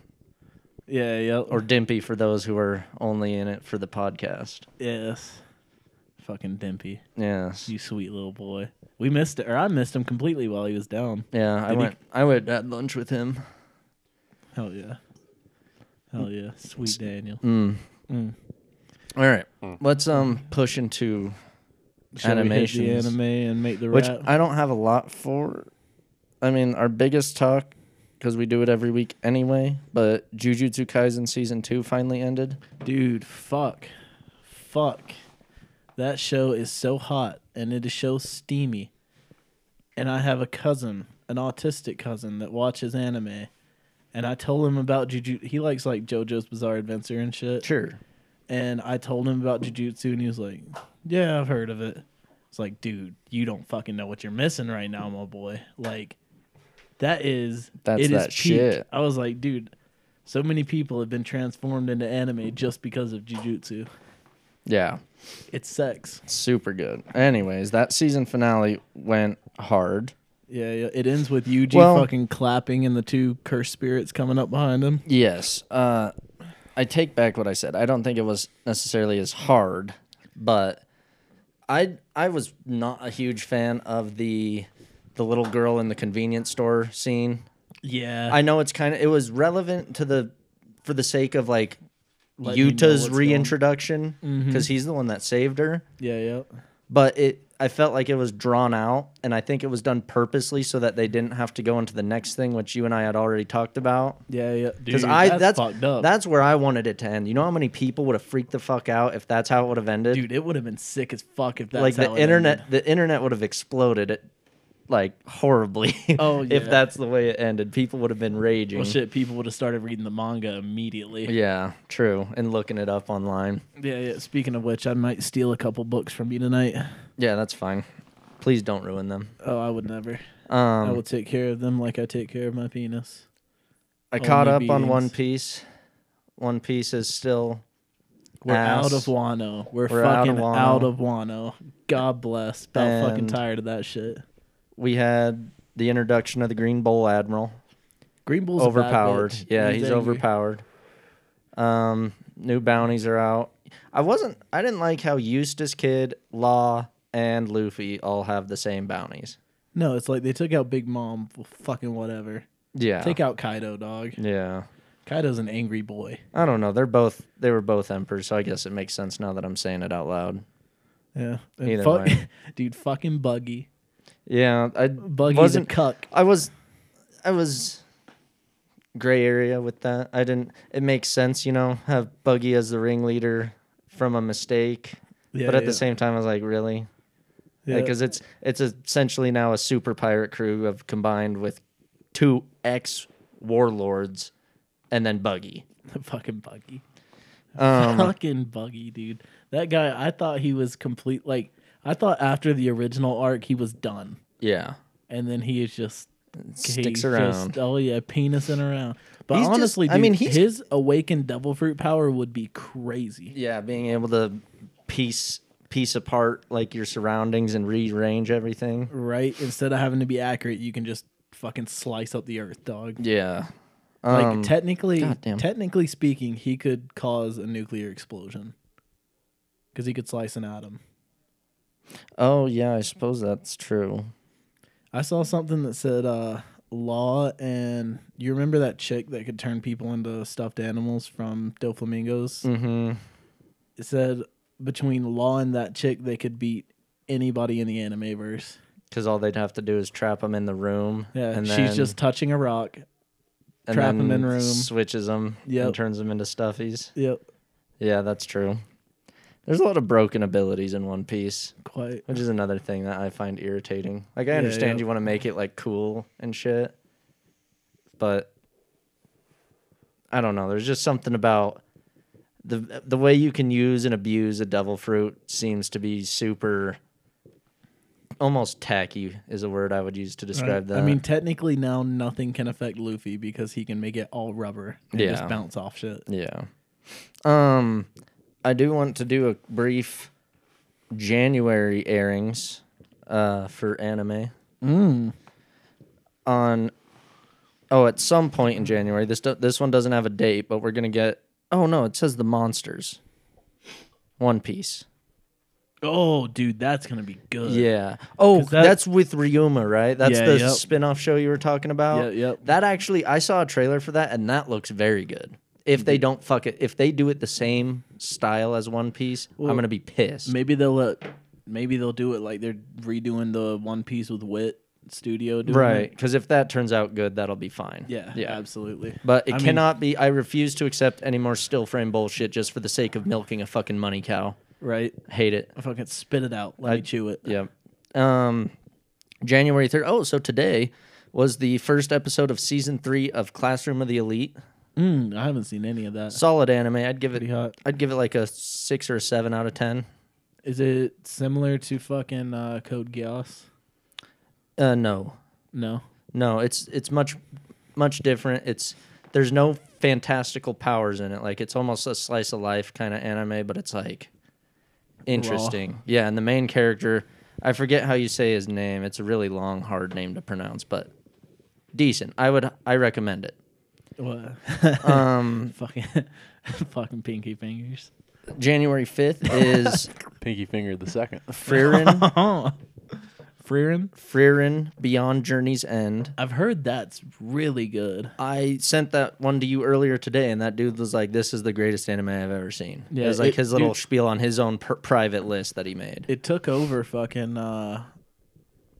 yeah, yeah, or Dimpy for those who are only in it for the podcast. yes, fucking Dimpy, Yes. you sweet little boy. We missed it, or I missed him completely while he was down. Yeah, I Did he- went. I went at lunch with him. Hell yeah, hell yeah, sweet Daniel. mm, All right, let's um push into Should Mm. we hit the Animations. anime and make the which rap? I don't have a lot for. I mean, our biggest talk because we do it every week anyway. But Jujutsu Kaisen season two finally ended. Dude, fuck. Fuck. That show is so hot and it is so steamy. And I have a cousin, an autistic cousin that watches anime. And I told him about Jujutsu. He likes like JoJo's Bizarre Adventure and shit. Sure. And I told him about Jujutsu and he was like, "Yeah, I've heard of it." It's like, "Dude, you don't fucking know what you're missing right now, my boy." Like that is That's it is that peak. shit. I was like, "Dude, so many people have been transformed into anime just because of Jujutsu. Yeah, It's sex." super good. Anyways, that season finale went hard. Yeah, yeah. It ends with Yuji Well- fucking clapping and the two cursed spirits coming up behind him. Yes. Uh, I take back what I said. I don't think it was necessarily as hard, but I I was not a huge fan of the the little girl in the convenience store scene. Yeah. I know it's kind of it was relevant to the for the sake of like Let you know Yuta's what's going- Mm-hmm. reintroduction because he's the one that saved her, yeah, yeah. but it I felt like it was drawn out and I think it was done purposely so that they didn't have to go into the next thing which you and I had already talked about. Yeah, yeah. Dude, Because I that's fucked up. that's where I wanted it to end. You know how many people would have freaked the fuck out if that's how it would have ended. Dude, it would have been sick as fuck if that's like how the it internet, ended. the internet would have exploded it, like horribly. [LAUGHS] Oh, if yeah. that's the way it ended, people would have been raging. Well, shit, people would have started reading the manga immediately. Yeah, true. And looking it up online. Yeah, yeah. Speaking of which, I might steal a couple books from you tonight. Yeah, that's fine. Please don't ruin them. Oh, I would never. I Um, will take care of them like I take care of my penis. I caught up only on One beings. Piece. One Piece is still We're ass. out of Wano. We're, We're out of fucking Wano. out of Wano. God bless. About fucking And- tired of that shit. We had the introduction of the Green Bull Admiral. Green Bull's a bad overpowered. bitch. Yeah, he's angry. overpowered. Um, new bounties are out. I wasn't. I didn't like how Eustace Kid, Law, and Luffy all have the same bounties. No, it's like they took out Big Mom. Well, fucking whatever. Yeah. Take out Kaido, dog. Yeah. Kaido's an angry boy. I don't know. They're both. They were both emperors, so I guess it makes sense now that I'm saying it out loud. Yeah. And Either fuck, way. [LAUGHS] dude, fucking Buggy. Yeah. I Buggy's wasn't. a cuck. I was. I was. Gray area with that. I didn't. It makes sense, you know. Have Buggy as the ringleader from a mistake, Yeah, but at yeah. the same time, I was like, really. yeah. because it's it's essentially now a super pirate crew of combined with two ex warlords and then Buggy. [LAUGHS] fucking Buggy. Um, fucking Buggy, dude. That guy, I thought he was complete. Like, I thought after the original arc, he was done. yeah, And then he is just. he sticks just- around. oh, yeah, penising around. But He's just- honestly, I dude, mean, he's- his awakened devil fruit power would be crazy. yeah, being able to piece piece apart like your surroundings and rearrange everything. Right? Instead of having to be accurate, you can just fucking slice up the earth, dog. Yeah, Like Um, technically, goddamn. technically speaking, he could cause a nuclear explosion because he could slice an atom. oh yeah, I suppose that's true. I saw something that said uh, Law and you remember that chick that could turn people into stuffed animals from Doflamingos. Mm-hmm. It said between Law and that chick, they could beat anybody in the animeverse. Because all they'd have to do is trap them in the room. Yeah, and she's then- just touching a rock. and trap 'em then in room. Switches them. Yep. and turns them into stuffies. Yep, Yeah, that's true. There's a lot of broken abilities in One Piece. quite. which is another thing that I find irritating. Like I Yeah, understand yeah. you want to make it like cool and shit, but I don't know. There's just something about the the way you can use and abuse a devil fruit seems to be super almost tacky is a word I would use to describe that. I mean, technically now nothing can affect Luffy because he can make it all rubber and Yeah. just bounce off shit. yeah. Um I do want to do a brief January airings uh for anime. On oh, at some point in January. This do, this one doesn't have a date, but we're going to get Oh no, it says The Monsters. One Piece. Oh, dude, that's gonna be good. Yeah. Oh, 'Cause that- that's with Ryuma, right? That's Yeah, the yep. spin-off show you were talking about. Yeah, yep. That actually I saw a trailer for that and that looks very good. If Mm-hmm. they don't fuck it, if they do it the same style as One Piece, I'm going to be pissed. Maybe they'll let. Maybe they'll do it like they're redoing the One Piece with Wit Studio. Doing right, It. cuz if that turns out good, that'll be fine. Yeah. Yeah. Absolutely. But it I mean- cannot be I refuse to accept any more still frame bullshit just for the sake of milking a fucking money cow. Right. Hate it. I fucking spit it out. Let me chew it. Yep. Um, January 3rd. Oh, so today was the first episode of season three of Classroom of the Elite. Mm, I haven't seen any of that. Solid anime. I'd give Pretty it. hot. I'd give it like a six or a seven out of ten. Is it similar to fucking uh, Code Geass? Uh, no, No. no. It's it's much much different. It's there's no fantastical powers in it. Like it's almost a slice of life kind of anime, but it's like interesting. Yeah, and the main character. I forget how you say his name. It's a really long, hard name to pronounce, but decent. I would. I recommend it. [LAUGHS] What? Um, fucking, [LAUGHS] fucking pinky fingers. January 5th is Pinky finger the second. Freerin, [LAUGHS] Freerin. Freerin Beyond Journey's End. I've heard that's really good. I sent that one to you earlier today, and that dude was like, "This is the greatest anime I've ever seen." Yeah, it Yeah, was like it- his little dude- spiel on his own per- private list that he made It took over fucking uh,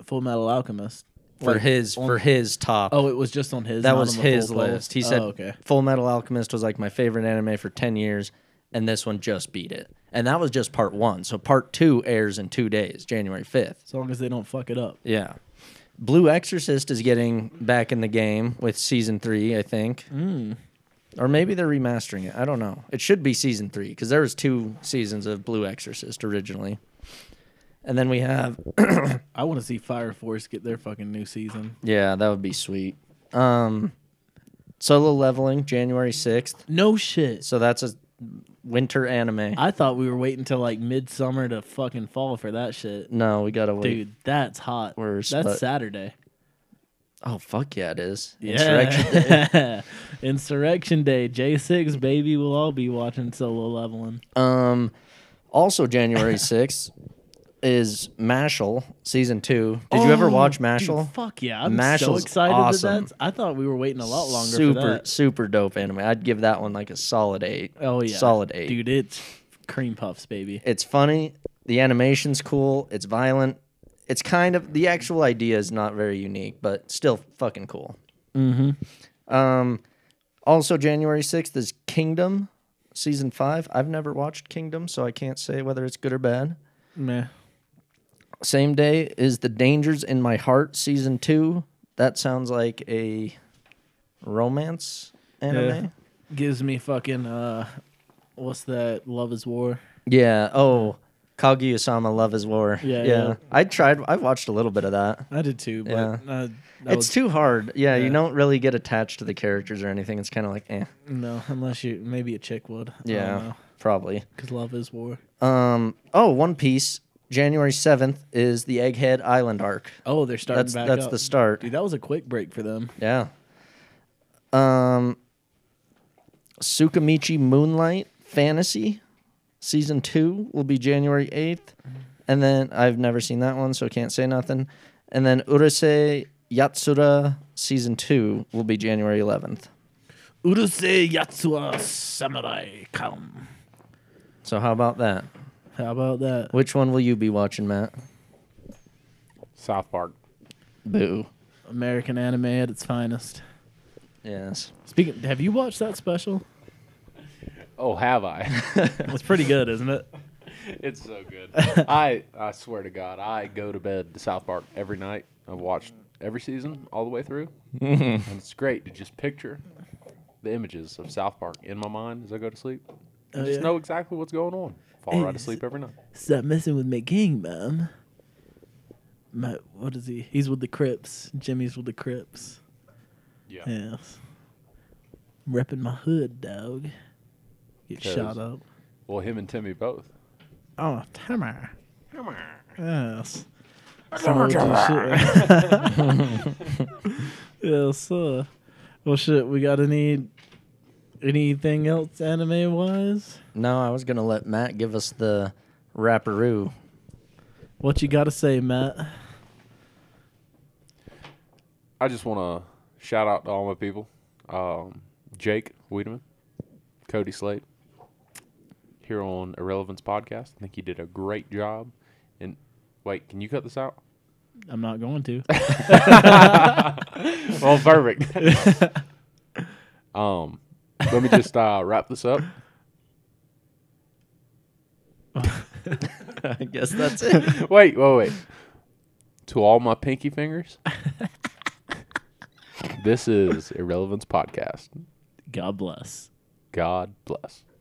Full Metal Alchemist. for Like, his on- for his top. Oh, it was just on his. that not was on the his full poll? list. He Oh, said, "Okay, "Full Metal Alchemist was like my favorite anime for ten years, and this one just beat it." And that was just part one. So part two airs in two days, January 5th. as long as they don't fuck it up." Yeah. Blue Exorcist is getting back in the game with season three, I think. Hmm. Or maybe they're remastering it. I don't know. It should be season three because there was two seasons of Blue Exorcist originally. And then we have, I want to see Fire Force get their fucking new season. yeah, that would be sweet. Um, solo leveling January sixth. No shit. So that's a winter anime. I thought we were waiting till like midsummer to fucking fall for that shit. no, we gotta wait. Dude, that's hot. We're that's spu- Saturday. Oh fuck yeah, it is. Insurrection Day. Day. [LAUGHS] Insurrection Day. J6, baby. We'll all be watching solo leveling. Um, also January sixth is Mashal season two. Did you [GASPS] ever Oh, watch dude, Mashal? fuck yeah. I'm so Mashal's excited awesome. that that's. I thought we were waiting a lot longer super, for that. super dope anime. I'd give that one like a solid eight. Oh, yeah. solid eight. Dude, it's cream puffs, baby. It's funny. The animation's cool. It's violent. It's kind of the actual idea is not very unique, but still fucking cool. Mm-hmm. Um, also January sixth is Kingdom season five. I've never watched Kingdom, so I can't say whether it's good or bad. Meh. Same day is The Dangers in My Heart season 2. That sounds like a romance anime. Gives me fucking. uh What's that? Love is War. Yeah. Oh, Kaguya-sama Love is War. Yeah, yeah. I tried I watched a little bit of that. I did too, but Yeah. uh, that It's was- too hard. Yeah, you Yeah. don't really get attached to the characters or anything. It's kind of like eh. No, unless you maybe a chick would. Yeah. Probably. because love is war. Um oh, One Piece January 7th is the Egghead Island arc. Oh, they're starting That's back that's up. the start. Dude, that was a quick break for them. Yeah. Um Tsukamichi Moonlight Fantasy season 2 will be January 8th. And then I've never seen that one so can't say nothing. And then Urusei Yatsura season 2 will be January 11th. Urusei Yatsua Samurai Come. So how about that? How about that? Which one will you be watching, Matt? South Park. Boo. American anime at its finest. Yes. Speaking, have you watched that special? Oh, have I? [LAUGHS] It's pretty good, isn't it? it's so good. I I swear to God, I go to bed to South Park every night. I've watched every season all the way through, and it's great to just picture the images of South Park in my mind as I go to sleep. You just know exactly what's going on. Fall right Oh, Is- asleep every night. Stop messing with my gang, mom. My, what is he? He's with the Crips. Jimmy's with the Crips. Yeah. Yes. Repping my hood, dog. Get 'Cause- shot up. Well, him and Timmy both. Oh, Tamar. Yes. Some Tamar, OG shit. [LAUGHS] yes, sir. Well, shit, we got any anything else anime wise? No, I was gonna let Matt give us the rapparoo. What you got to say, Matt? I just want to shout out to all my people. Um, Jake Wiedemann, Cody Slate, here on Irrelevance Podcast. I think you did a great job. And wait, can you cut this out? I'm not going to. well, perfect. [LAUGHS] um, let me just uh, wrap this up. [LAUGHS] I guess that's it. Wait, wait, wait. To all my pinky fingers, this is Irrelevance Podcast. God bless. God bless.